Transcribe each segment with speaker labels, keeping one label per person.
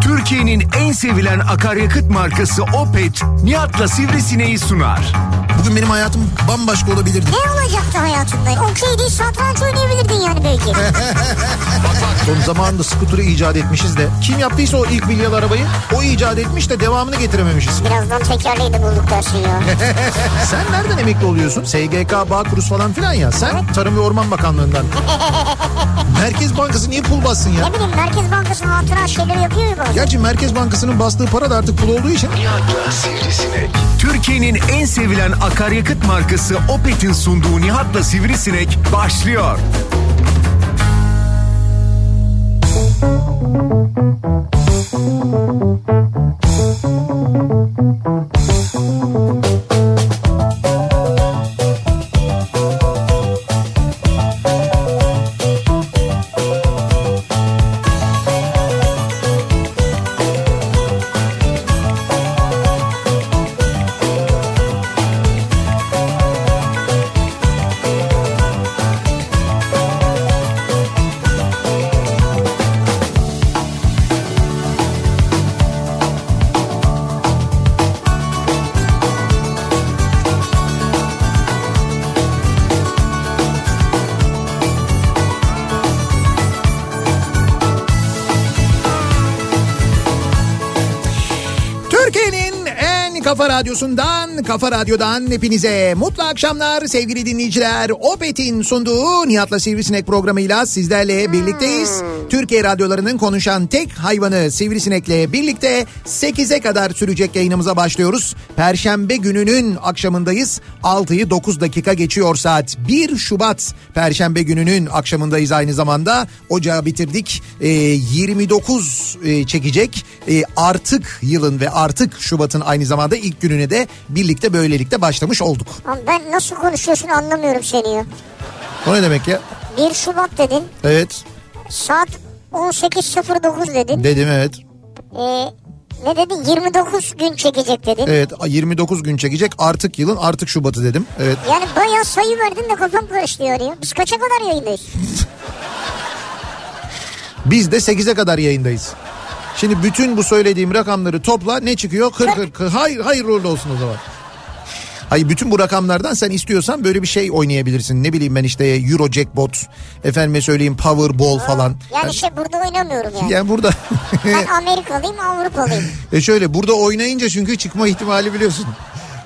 Speaker 1: Türkiye'nin en sevilen akaryakıt markası Opet, Nihat'la Sivrisine'yi sunar.
Speaker 2: Bugün benim hayatım bambaşka olabilirdi.
Speaker 3: Ne olacaktı hayatında? Okey değil satranç oynayabilirdin yani belki.
Speaker 2: Son zamanında skuturu icat etmişiz de. Kim yaptıysa o ilk milyar arabayı o icat etmiş de devamını getirememişiz.
Speaker 3: Birazdan tekerleği de bulduk dersin ya.
Speaker 2: Sen nereden emekli oluyorsun? SGK, Bağkuruz falan filan ya. Sen Tarım ve Orman Bakanlığından. Merkez Bankası niye pul bassın ya?
Speaker 3: ne bileyim Merkez Bankası'nın hatıra şeyleri yapıyor ya bazen.
Speaker 2: Gerçi Merkez Bankası'nın bastığı para da artık pul olduğu için
Speaker 1: Nihat'la Sivrisinek. Türkiye'nin en sevilen akaryakıt markası Opet'in sunduğu Nihat'la Sivrisinek başlıyor.
Speaker 2: Türkiye'nin en kafa radyosundan, kafa radyodan hepinize mutlu akşamlar sevgili dinleyiciler. Opet'in sunduğu Nihat'la Sivrisinek programıyla sizlerle birlikteyiz. Türkiye radyolarının konuşan tek hayvanı Sivrisinek'le birlikte 8'e kadar sürecek yayınımıza başlıyoruz. Perşembe gününün akşamındayız. 6'yı 9 dakika geçiyor saat. 1 Şubat Perşembe gününün akşamındayız aynı zamanda. Ocağı bitirdik. Ee, 29 e, çekecek. E, artık yılın ve artık Şubat'ın aynı zamanda ilk gününe de birlikte böylelikle başlamış olduk.
Speaker 3: Ama ben nasıl konuşuyorsun anlamıyorum seni ya.
Speaker 2: O ne demek ya?
Speaker 3: 1 Şubat dedin.
Speaker 2: Evet.
Speaker 3: Saat 18.09 dedin.
Speaker 2: Dedim evet.
Speaker 3: Ee, ne dedin? 29 gün çekecek dedin.
Speaker 2: Evet 29 gün çekecek artık yılın artık Şubat'ı dedim. Evet.
Speaker 3: Yani bayağı sayı verdin de kafam karıştı ya. Biz kaça kadar yayındayız?
Speaker 2: Biz de 8'e kadar yayındayız. Şimdi bütün bu söylediğim rakamları topla ne çıkıyor? 40 40. 40. Hayır hayırlı uğurlu olsun o zaman. Hayır bütün bu rakamlardan sen istiyorsan böyle bir şey oynayabilirsin. Ne bileyim ben işte Euro Jackpot, efendime söyleyeyim Powerball falan.
Speaker 3: Yani şey burada oynamıyorum yani.
Speaker 2: Yani burada
Speaker 3: Ben Amerikalıyım Avrupalıyım.
Speaker 2: E şöyle burada oynayınca çünkü çıkma ihtimali biliyorsun.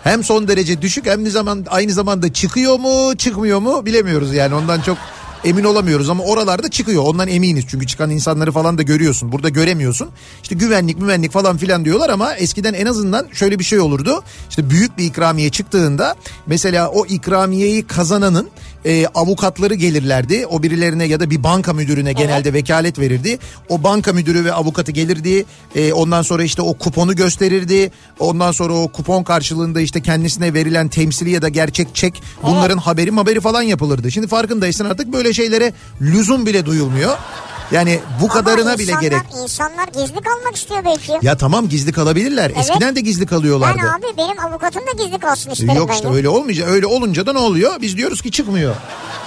Speaker 2: Hem son derece düşük hem de zaman aynı zamanda çıkıyor mu çıkmıyor mu bilemiyoruz yani ondan çok emin olamıyoruz ama oralarda çıkıyor ondan eminiz çünkü çıkan insanları falan da görüyorsun burada göremiyorsun işte güvenlik müvenlik falan filan diyorlar ama eskiden en azından şöyle bir şey olurdu işte büyük bir ikramiye çıktığında mesela o ikramiyeyi kazananın e, avukatları gelirlerdi o birilerine ya da bir banka müdürüne genelde vekalet verirdi o banka müdürü ve avukatı gelirdi e, ondan sonra işte o kuponu gösterirdi ondan sonra o kupon karşılığında işte kendisine verilen temsili ya da gerçek çek bunların haberi haberi falan yapılırdı şimdi farkındaysan artık böyle şeylere lüzum bile duyulmuyor yani bu kadarına
Speaker 3: Ama
Speaker 2: bile
Speaker 3: insanlar-
Speaker 2: gerek
Speaker 3: İnsanlar gizli kalmak istiyor belki.
Speaker 2: ya tamam gizli kalabilirler eskiden de gizli kalıyorlardı
Speaker 3: Yani abi benim avukatım da gizli kalsın isterim
Speaker 2: Yok
Speaker 3: ben
Speaker 2: işte
Speaker 3: ya.
Speaker 2: öyle olmayacak. Öyle olunca da ne oluyor? Biz diyoruz ki çıkmıyor.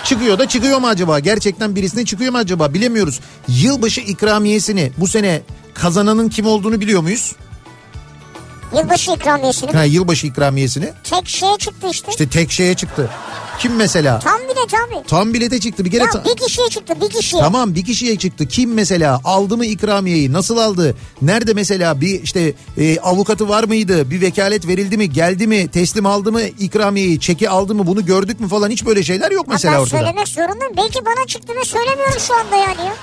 Speaker 2: Çıkıyor da çıkıyor mu acaba? Gerçekten birisine çıkıyor mu acaba? Bilemiyoruz. Yılbaşı ikramiyesini bu sene kazananın kim olduğunu biliyor muyuz?
Speaker 3: Yılbaşı ikramiyesini.
Speaker 2: Ha, yılbaşı ikramiyesini.
Speaker 3: Tek şeye çıktı işte.
Speaker 2: İşte tek şeye çıktı. Kim mesela?
Speaker 3: Tam bilet abi.
Speaker 2: Tam bilete çıktı. Bir kere ta-
Speaker 3: Ya bir kişiye çıktı bir kişiye.
Speaker 2: Tamam bir kişiye çıktı. Kim mesela aldı mı ikramiyeyi? Nasıl aldı? Nerede mesela bir işte e, avukatı var mıydı? Bir vekalet verildi mi? Geldi mi? Teslim aldı mı ikramiyeyi? Çeki aldı mı? Bunu gördük mü falan? Hiç böyle şeyler yok
Speaker 3: Ha,
Speaker 2: mesela
Speaker 3: ben
Speaker 2: ortada.
Speaker 3: söylemek zorundayım. Belki bana çıktı ve söylemiyorum şu anda yani. ya.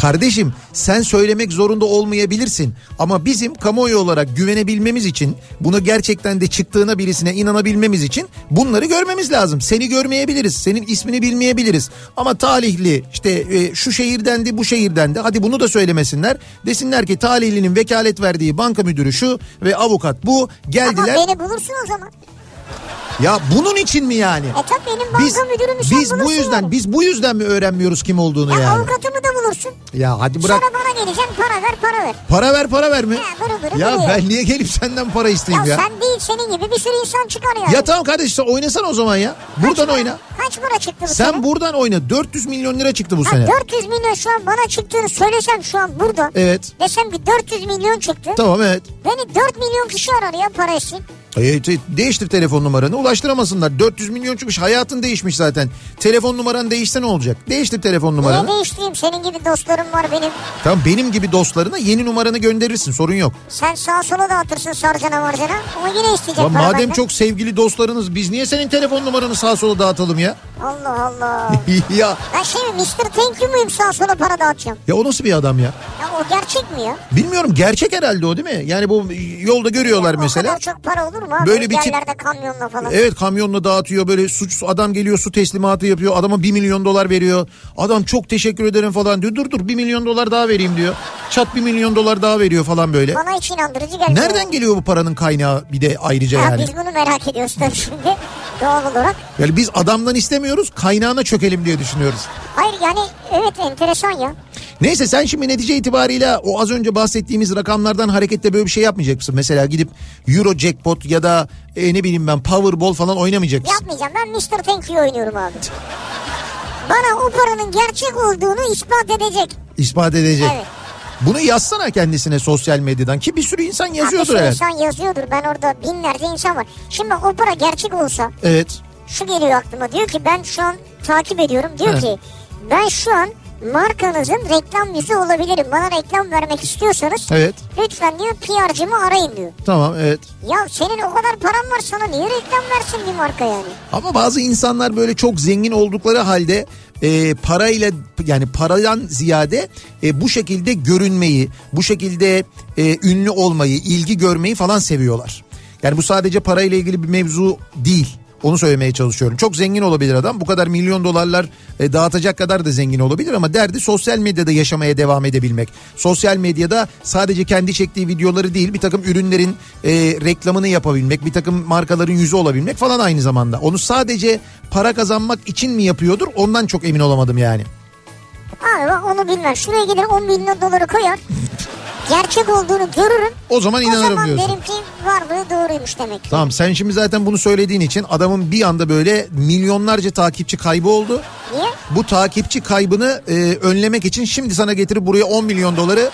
Speaker 2: Kardeşim sen söylemek zorunda olmayabilirsin ama bizim kamuoyu olarak güvenebilmemiz için bunu gerçekten de çıktığına birisine inanabilmemiz için bunları görmemiz lazım. Seni görmeyebiliriz, senin ismini bilmeyebiliriz ama talihli işte e, şu şehirdendi bu şehirdendi hadi bunu da söylemesinler. Desinler ki talihlinin vekalet verdiği banka müdürü şu ve avukat bu
Speaker 3: Ama
Speaker 2: geldiler.
Speaker 3: beni bulursun o zaman.
Speaker 2: Ya bunun için mi yani?
Speaker 3: E tabii benim banka
Speaker 2: Biz,
Speaker 3: müdürümü sen
Speaker 2: biz bu
Speaker 3: bulursun
Speaker 2: yüzden
Speaker 3: yani.
Speaker 2: biz bu yüzden mi öğrenmiyoruz kim olduğunu
Speaker 3: Ya
Speaker 2: yani?
Speaker 3: avukatımı da bulursun.
Speaker 2: Ya hadi bırak.
Speaker 3: Sonra bana geleceksin para ver para ver.
Speaker 2: Para ver para ver mi?
Speaker 3: Ya bırı bırı
Speaker 2: ya
Speaker 3: bırı.
Speaker 2: ben niye gelip senden para
Speaker 3: Ya,
Speaker 2: isteyeyim ya?
Speaker 3: sen değil senin gibi bir sürü insan çıkar yani.
Speaker 2: Ya tamam kardeş sen oynasana o zaman ya. Buradan
Speaker 3: Kaç para-
Speaker 2: oyna.
Speaker 3: Kaç para çıktı bu sene?
Speaker 2: Sen buradan oyna. 400 milyon lira çıktı bu
Speaker 3: Ha,
Speaker 2: sene.
Speaker 3: 400 milyon şu an bana çıktığını söylesem şu an burada.
Speaker 2: Evet.
Speaker 3: Desem ki 400 milyon çıktı.
Speaker 2: Tamam evet.
Speaker 3: Beni 4 milyon kişi arar ya para için.
Speaker 2: E, te- değiştir telefon numaranı ulaştıramasınlar. 400 milyon çıkmış hayatın değişmiş zaten. Telefon numaran değişse ne olacak? Değiştir telefon
Speaker 3: Niye
Speaker 2: numaranı.
Speaker 3: değiştireyim? Senin gibi dostlarım var benim.
Speaker 2: Tamam benim gibi dostlarına yeni numaranı gönderirsin sorun yok.
Speaker 3: Sen sağa sola dağıtırsın sarcana marcana. Ama yine isteyecek
Speaker 2: Lan
Speaker 3: para
Speaker 2: madem
Speaker 3: benden.
Speaker 2: çok sevgili dostlarınız biz niye senin telefon numaranı sağa sola dağıtalım ya?
Speaker 3: Allah Allah.
Speaker 2: ya
Speaker 3: ben şey mi Mr. Thank you muyum sağa sola para dağıtacağım?
Speaker 2: ya o nasıl bir adam ya?
Speaker 3: Ya o gerçek mi ya?
Speaker 2: Bilmiyorum gerçek herhalde o değil mi? Yani bu yolda görüyorlar
Speaker 3: O
Speaker 2: mesela.
Speaker 3: kadar çok para olur mu abi?
Speaker 2: Böyle bir
Speaker 3: Böyle bir
Speaker 2: tip- E-
Speaker 3: Yerlerde kamyonla falan.
Speaker 2: Evet kamyonla dağıtıyor böyle suç adam geliyor su teslimatı yapıyor adama 1 milyon dolar veriyor. Adam çok teşekkür ederim falan diyor dur dur 1 milyon dolar daha vereyim diyor. Çat 1 milyon dolar daha veriyor falan böyle.
Speaker 3: Bana hiç inandırıcı gelmiyor.
Speaker 2: Nereden geliyor bu paranın kaynağı bir de ayrıca
Speaker 3: Ha,
Speaker 2: yani?
Speaker 3: Biz bunu merak ediyoruz tabii şimdi doğal olarak.
Speaker 2: Yani biz adamdan istemiyoruz kaynağına çökelim diye düşünüyoruz.
Speaker 3: Hayır yani evet enteresan ya.
Speaker 2: Neyse sen şimdi netice itibariyle o az önce bahsettiğimiz rakamlardan hareketle böyle bir şey yapmayacak mısın? Mesela gidip Euro Jackpot ya da e, ne bileyim ben Powerball falan oynamayacak mısın?
Speaker 3: Yapmayacağım ben Mr. Thank you oynuyorum abi. Bana o paranın gerçek olduğunu ispat edecek.
Speaker 2: İspat edecek.
Speaker 3: Evet.
Speaker 2: Bunu yazsana kendisine sosyal medyadan ki bir sürü insan yazıyordur
Speaker 3: Abi, şu
Speaker 2: herhalde.
Speaker 3: insan yazıyordur ben orada binlerce insan var. Şimdi o para gerçek olsa
Speaker 2: Evet.
Speaker 3: şu geliyor aklıma diyor ki ben şu an takip ediyorum. Diyor
Speaker 2: He.
Speaker 3: ki ben şu an markanızın reklam yüzü olabilirim. Bana reklam vermek istiyorsanız
Speaker 2: Evet.
Speaker 3: lütfen diyor PR'cımı arayın diyor.
Speaker 2: Tamam evet.
Speaker 3: Ya senin o kadar paran var sana niye reklam versin bir marka yani?
Speaker 2: Ama bazı insanlar böyle çok zengin oldukları halde e, parayla yani paradan ziyade e, bu şekilde görünmeyi, bu şekilde e, ünlü olmayı, ilgi görmeyi falan seviyorlar. Yani bu sadece parayla ilgili bir mevzu değil. Onu söylemeye çalışıyorum. Çok zengin olabilir adam. Bu kadar milyon dolarlar e, dağıtacak kadar da zengin olabilir ama derdi sosyal medyada yaşamaya devam edebilmek. Sosyal medyada sadece kendi çektiği videoları değil bir takım ürünlerin e, reklamını yapabilmek, bir takım markaların yüzü olabilmek falan aynı zamanda. Onu sadece para kazanmak için mi yapıyordur ondan çok emin olamadım yani.
Speaker 3: Abi bak onu bilmem. Şuraya gelir 10 milyon doları koyar. Gerçek olduğunu görürüm.
Speaker 2: O zaman
Speaker 3: o
Speaker 2: inanırım
Speaker 3: zaman
Speaker 2: diyorsun.
Speaker 3: derim ki varlığı doğruymuş demek.
Speaker 2: Tamam sen şimdi zaten bunu söylediğin için adamın bir anda böyle milyonlarca takipçi kaybı oldu.
Speaker 3: Niye?
Speaker 2: Bu takipçi kaybını e, önlemek için şimdi sana getirip buraya 10 milyon doları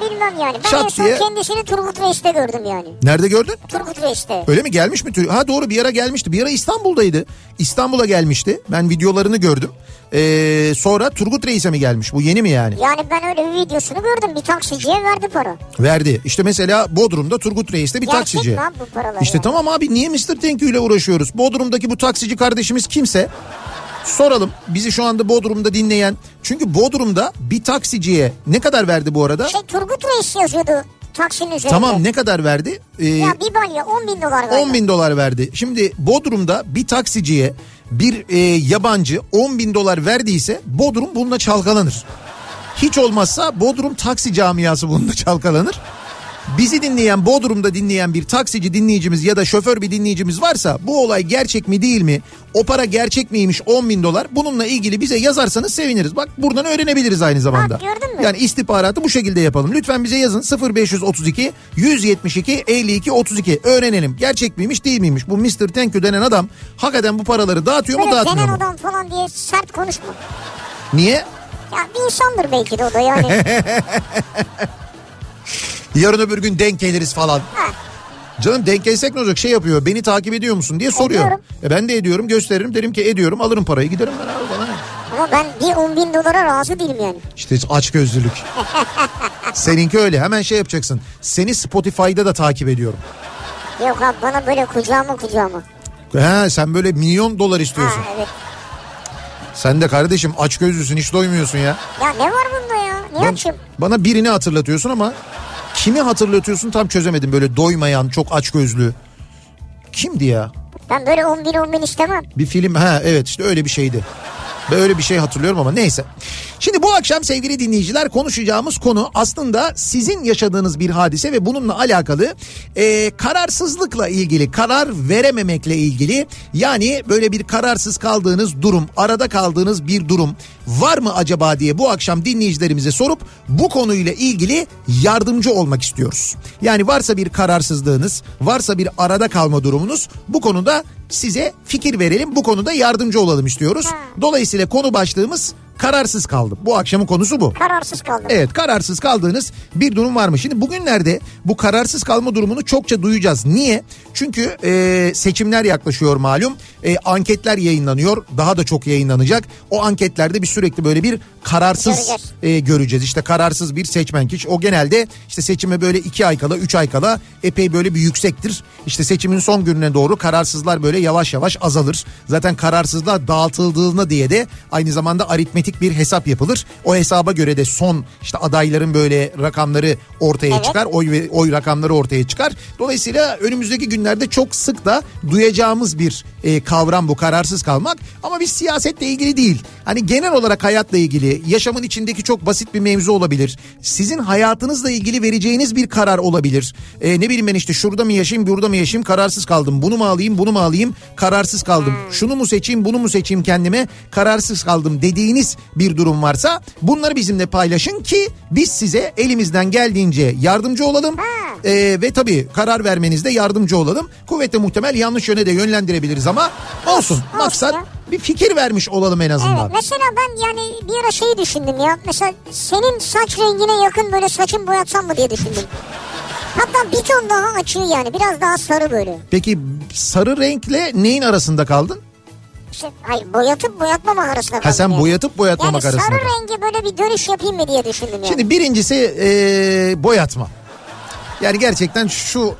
Speaker 3: Ben bilmem yani. Ben
Speaker 2: Şak
Speaker 3: en son
Speaker 2: diye.
Speaker 3: kendisini Turgut Reis'te gördüm yani.
Speaker 2: nerede gördün?
Speaker 3: Turgut Reis'te.
Speaker 2: Öyle mi gelmiş mi? Tür- Ha doğru bir ara gelmişti. Bir ara İstanbul'daydı. İstanbul'a gelmişti. Ben videolarını gördüm. Ee, sonra Turgut Reis'e mi gelmiş? Bu yeni mi yani?
Speaker 3: Yani ben öyle bir videosunu gördüm. Bir taksiciye verdi para.
Speaker 2: Verdi. İşte mesela Bodrum'da Turgut Reis'te bir
Speaker 3: Gerçek
Speaker 2: taksici.
Speaker 3: lan bu paralar
Speaker 2: işte
Speaker 3: ya.
Speaker 2: tamam abi niye Mr. Thank You ile uğraşıyoruz? Bodrum'daki bu taksici kardeşimiz kimse? Soralım bizi şu anda Bodrum'da dinleyen. Çünkü Bodrum'da bir taksiciye ne kadar verdi bu arada?
Speaker 3: Şey Turgut Reis yazıyordu taksinin üzerinde.
Speaker 2: Tamam ne kadar verdi? Ee,
Speaker 3: Ya bir balya 10 bin dolar galiba.
Speaker 2: 10 bin dolar verdi. Şimdi Bodrum'da bir taksiciye bir e, yabancı 10 bin dolar verdiyse Bodrum bununla çalkalanır. Hiç olmazsa Bodrum taksi camiası bununla çalkalanır. Bizi dinleyen Bodrum'da dinleyen bir taksici dinleyicimiz ya da şoför bir dinleyicimiz varsa bu olay gerçek mi değil mi? O para gerçek miymiş 10 bin dolar? Bununla ilgili bize yazarsanız seviniriz. Bak buradan öğrenebiliriz aynı zamanda.
Speaker 3: Bak gördün mü?
Speaker 2: Yani istihbaratı bu şekilde yapalım. Lütfen bize yazın 0532 172 52 32 öğrenelim. Gerçek miymiş değil miymiş? Bu Mr. Thank you denen adam hakikaten bu paraları dağıtıyor mu
Speaker 3: Böyle
Speaker 2: dağıtmıyor
Speaker 3: denen
Speaker 2: mu?
Speaker 3: adam falan diye sert konuşma.
Speaker 2: Niye?
Speaker 3: Ya bir insandır belki de o da yani.
Speaker 2: Yarın öbür gün denk geliriz falan.
Speaker 3: Ha.
Speaker 2: Canım denk gelsek ne olacak şey yapıyor beni takip ediyor musun diye soruyor.
Speaker 3: Ediyorum.
Speaker 2: E ben de ediyorum gösteririm derim ki ediyorum alırım parayı giderim ben abi bana. ne?
Speaker 3: Ama ben bir 10 bin dolara razı değilim yani.
Speaker 2: İşte aç gözlülük. Seninki öyle hemen şey yapacaksın. Seni Spotify'da da takip ediyorum.
Speaker 3: Yok abi bana böyle kucağıma kucağıma.
Speaker 2: He sen böyle milyon dolar
Speaker 3: Ha
Speaker 2: istiyorsun.
Speaker 3: evet.
Speaker 2: Sen de kardeşim aç gözlüsün hiç doymuyorsun ya.
Speaker 3: Ya ne var bunda ya? Niye
Speaker 2: Ben-
Speaker 3: açayım?
Speaker 2: bana birini hatırlatıyorsun ama kimi hatırlatıyorsun tam çözemedim böyle doymayan çok aç gözlü. Kimdi ya?
Speaker 3: Ben böyle 10 bin 10 bin istemem.
Speaker 2: Bir film ha evet işte öyle bir şeydi. Ben öyle bir şey hatırlıyorum ama neyse. Şimdi bu akşam sevgili dinleyiciler konuşacağımız konu aslında sizin yaşadığınız bir hadise ve bununla alakalı e, kararsızlıkla ilgili, karar verememekle ilgili yani böyle bir kararsız kaldığınız durum, arada kaldığınız bir durum var mı acaba diye bu akşam dinleyicilerimize sorup bu konuyla ilgili yardımcı olmak istiyoruz. Yani varsa bir kararsızlığınız, varsa bir arada kalma durumunuz bu konuda size fikir verelim, bu konuda yardımcı olalım istiyoruz. Dolayısıyla konu başlığımız kararsız kaldım. Bu akşamın konusu bu.
Speaker 3: Kararsız kaldım.
Speaker 2: Evet kararsız kaldığınız bir durum var mı? Şimdi bugünlerde bu kararsız kalma durumunu çokça duyacağız. Niye? Çünkü e, seçimler yaklaşıyor malum. E, anketler yayınlanıyor. Daha da çok yayınlanacak. O anketlerde bir sürekli böyle bir kararsız
Speaker 3: Göreceğiz.
Speaker 2: e, göreceğiz. İşte kararsız bir seçmen kişi. O genelde işte seçime böyle iki ay kala, üç ay kala epey böyle bir yüksektir. İşte seçimin son gününe doğru kararsızlar böyle yavaş yavaş azalır. Zaten kararsızlığa dağıtıldığında diye de aynı zamanda aritmetik bir hesap yapılır. O hesaba göre de son işte adayların böyle rakamları ortaya
Speaker 3: Evet.
Speaker 2: çıkar. Oy ve oy rakamları ortaya çıkar. Dolayısıyla önümüzdeki günlerde çok sık da duyacağımız bir e, kavram bu kararsız kalmak. Ama biz siyasetle ilgili değil. Hani genel olarak hayatla ilgili, yaşamın içindeki çok basit bir mevzu olabilir. Sizin hayatınızla ilgili vereceğiniz bir karar olabilir. E, ne bileyim ben işte şurada mı yaşayayım, burada mı yaşayayım kararsız kaldım. Bunu mu alayım, bunu mu alayım kararsız kaldım. Şunu mu seçeyim, bunu mu seçeyim kendime kararsız kaldım dediğiniz bir durum varsa bunları bizimle paylaşın ki biz size elimizden geldiğince yardımcı olalım. E, ve tabii karar vermenizde yardımcı olalım. Kuvvetle muhtemel yanlış yöne de yönlendirebiliriz ama olsun.
Speaker 3: Olsun
Speaker 2: Maksat
Speaker 3: ya.
Speaker 2: bir fikir vermiş olalım en azından.
Speaker 3: Evet mesela ben yani bir ara şeyi düşündüm ya. Mesela senin saç rengine yakın böyle saçın boyatsam mı diye düşündüm. Hatta bir ton daha açığı yani biraz daha sarı böyle.
Speaker 2: Peki sarı renkle neyin arasında kaldın?
Speaker 3: İşte, hayır boyatıp boyatmama arasında
Speaker 2: Ha sen
Speaker 3: kaldım ya.
Speaker 2: boyatıp boyatmamak
Speaker 3: yani
Speaker 2: arasında.
Speaker 3: sarı rengi böyle bir dönüş yapayım mı diye düşündüm yani.
Speaker 2: Şimdi birincisi ee, boyatma. Yani gerçekten şu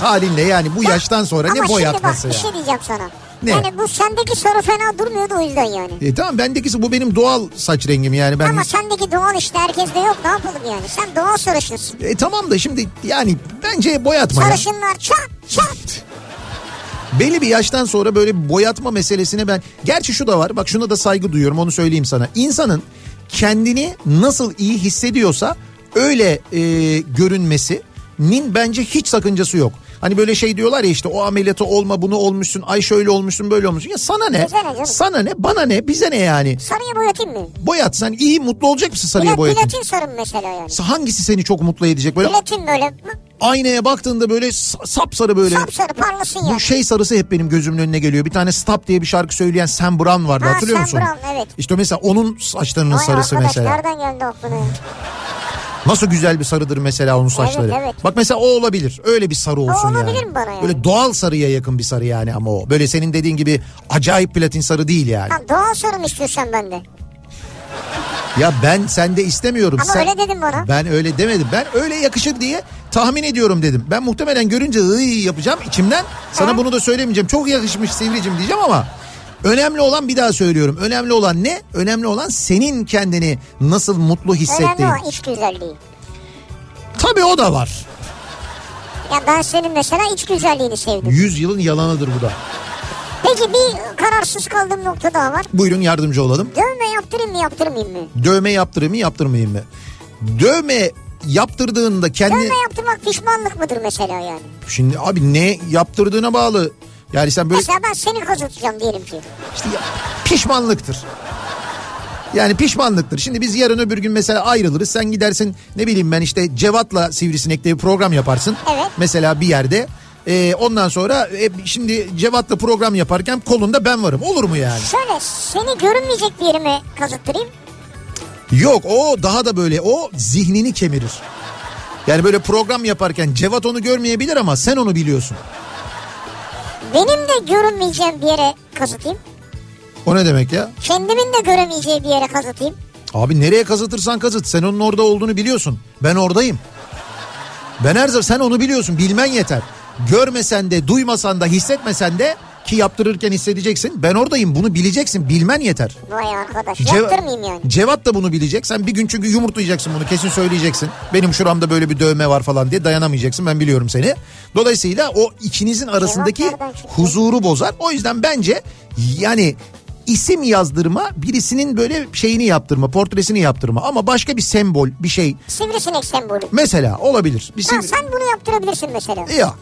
Speaker 2: halinle yani bu yaştan sonra ne
Speaker 3: Ama
Speaker 2: boyatması
Speaker 3: şimdi bak bir
Speaker 2: ya.
Speaker 3: şey diyeceğim sana.
Speaker 2: Ne?
Speaker 3: Yani bu sendeki sarı fena durmuyordu o yüzden yani.
Speaker 2: E tamam bendekisi bu benim doğal saç rengim yani ben
Speaker 3: Ama sendeki doğal işte herkeste yok ne yapalım yani. Sen doğal sarışınsın.
Speaker 2: E tamam da şimdi yani bence boyatma ya.
Speaker 3: Sarışınlar çat çat.
Speaker 2: Belli bir yaştan sonra böyle boyatma meselesine ben... Gerçi şu da var bak şuna da saygı duyuyorum onu söyleyeyim sana. İnsanın kendini nasıl iyi hissediyorsa öyle e, görünmesinin bence hiç sakıncası yok. Hani böyle şey diyorlar ya işte o ameliyatı olma bunu olmuşsun ay şöyle olmuşsun böyle olmuşsun. Ya sana ne?
Speaker 3: Bize ne canım?
Speaker 2: Sana ne? Bana ne? Bize ne yani?
Speaker 3: Sarıyı boyatayım mı?
Speaker 2: Boyat sen iyi mutlu olacak mısın sarıya
Speaker 3: Pla-
Speaker 2: boyatın?
Speaker 3: platin sarım mesela yani.
Speaker 2: Hangisi seni çok mutlu edecek? Böyle
Speaker 3: Platin böyle
Speaker 2: aynaya baktığında böyle sa- sapsarı böyle.
Speaker 3: sapsarı parlasın yani.
Speaker 2: Bu şey sarısı hep benim gözümün önüne geliyor. Bir tane Stop diye bir şarkı söyleyen Sam Brown vardı
Speaker 3: Ha,
Speaker 2: hatırlıyor
Speaker 3: Sam
Speaker 2: musun?
Speaker 3: Brown, evet.
Speaker 2: İşte mesela onun saçlarının
Speaker 3: Vay
Speaker 2: sarısı
Speaker 3: arkadaş,
Speaker 2: mesela.
Speaker 3: Nereden geldi aklına? ya?
Speaker 2: Nasıl güzel bir sarıdır mesela onun saçları.
Speaker 3: evet.
Speaker 2: Bak mesela o olabilir. Öyle bir sarı olsun
Speaker 3: olabilir
Speaker 2: yani.
Speaker 3: mi bana yani?
Speaker 2: Böyle doğal sarıya yakın bir sarı yani ama o. Böyle senin dediğin gibi acayip platin sarı değil yani.
Speaker 3: Lan doğal sarım istiyorsan ben de.
Speaker 2: Ya ben sende istemiyorum.
Speaker 3: Ama öyle dedin bana.
Speaker 2: Ben öyle demedim. Ben öyle yakışır diye tahmin ediyorum dedim. Ben muhtemelen görünce ıy yapacağım içimden. Sana bunu da söylemeyeceğim. Çok yakışmış Sivricim diyeceğim ama önemli olan bir daha söylüyorum. Önemli olan ne? Önemli olan senin kendini nasıl mutlu
Speaker 3: Önemli
Speaker 2: hissettiğin.
Speaker 3: o iç güzelliği.
Speaker 2: Tabii o da var.
Speaker 3: Ya ben senin mesela iç güzelliğini sevdim.
Speaker 2: Yüzyılın yalanıdır bu da.
Speaker 3: Peki bir kararsız kaldığım nokta daha var.
Speaker 2: Buyurun yardımcı olalım.
Speaker 3: Dövme yaptırayım mı yaptırmayayım mı?
Speaker 2: Dövme yaptırayım mı yaptırmayayım mı? Dövme yaptırdığında kendi...
Speaker 3: Dövme yaptırmak pişmanlık mıdır mesela yani?
Speaker 2: Şimdi abi ne yaptırdığına bağlı. Yani sen böyle
Speaker 3: Mesela ben seni kazıtacağım diyelim ki.
Speaker 2: İşte ya- pişmanlıktır. Yani pişmanlıktır. Şimdi biz yarın öbür gün mesela ayrılırız. Sen gidersin ne bileyim ben işte Cevat'la Sivrisinek'te bir program yaparsın.
Speaker 3: Evet.
Speaker 2: Mesela bir yerde. Ee, ondan sonra e, şimdi Cevat'la program yaparken kolunda ben varım. Olur mu yani?
Speaker 3: Şöyle seni görünmeyecek bir yerime kazıttırayım.
Speaker 2: Yok o daha da böyle o zihnini kemirir. Yani böyle program yaparken Cevat onu görmeyebilir ama sen onu biliyorsun.
Speaker 3: Benim de görünmeyeceğim bir yere kazıtayım.
Speaker 2: O ne demek ya?
Speaker 3: Kendimin de göremeyeceği bir yere kazıtayım.
Speaker 2: Abi nereye kazıtırsan kazıt sen onun orada olduğunu biliyorsun. Ben oradayım. Ben her zaman sen onu biliyorsun bilmen yeter. Görmesen de duymasan da hissetmesen de ki yaptırırken hissedeceksin. Ben oradayım bunu bileceksin bilmen yeter.
Speaker 3: Vay arkadaş
Speaker 2: Ceva-
Speaker 3: yaptırmayayım yani.
Speaker 2: Cevat da bunu bilecek. Sen bir gün çünkü yumurtlayacaksın bunu kesin söyleyeceksin. Benim şuramda böyle bir dövme var falan diye dayanamayacaksın ben biliyorum seni. Dolayısıyla o ikinizin arasındaki
Speaker 3: nereden çıktı?
Speaker 2: huzuru bozar. O yüzden bence yani isim yazdırma birisinin böyle şeyini yaptırma portresini yaptırma ama başka bir sembol bir şey
Speaker 3: Sivrisinek sembolü.
Speaker 2: mesela olabilir. Bir
Speaker 3: Ha,
Speaker 2: sivri-
Speaker 3: sen bunu yaptırabilirsin mesela.
Speaker 2: Yok.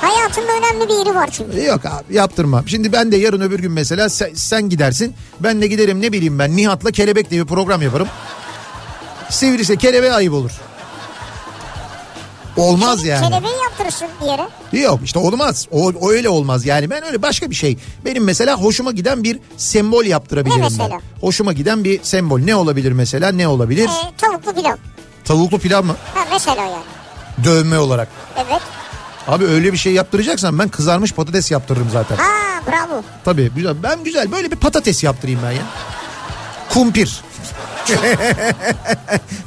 Speaker 3: Hayatında önemli bir yeri var çünkü.
Speaker 2: Yok abi yaptırma. Şimdi ben de yarın öbür gün mesela sen, sen gidersin. Ben de giderim ne bileyim ben Nihat'la kelebek diye bir program yaparım. Sivrilse kelebeğe ayıp olur. Olmaz
Speaker 3: Kele-
Speaker 2: yani.
Speaker 3: Kelebeği yaptırırsın bir yere.
Speaker 2: Yok işte olmaz. O, o öyle olmaz yani. Ben öyle başka bir şey. Benim mesela hoşuma giden bir sembol yaptırabilirim
Speaker 3: Ne
Speaker 2: ben.
Speaker 3: mesela?
Speaker 2: Hoşuma giden bir sembol. Ne olabilir mesela? Ne olabilir?
Speaker 3: Ee, tavuklu pilav.
Speaker 2: Tavuklu pilav mı?
Speaker 3: Ha mesela yani.
Speaker 2: Dövme olarak.
Speaker 3: Evet.
Speaker 2: Abi öyle bir şey yaptıracaksan ben kızarmış patates yaptırırım zaten.
Speaker 3: Ha bravo.
Speaker 2: Tabii güzel. Ben güzel böyle bir patates yaptırayım ben ya. Kumpir.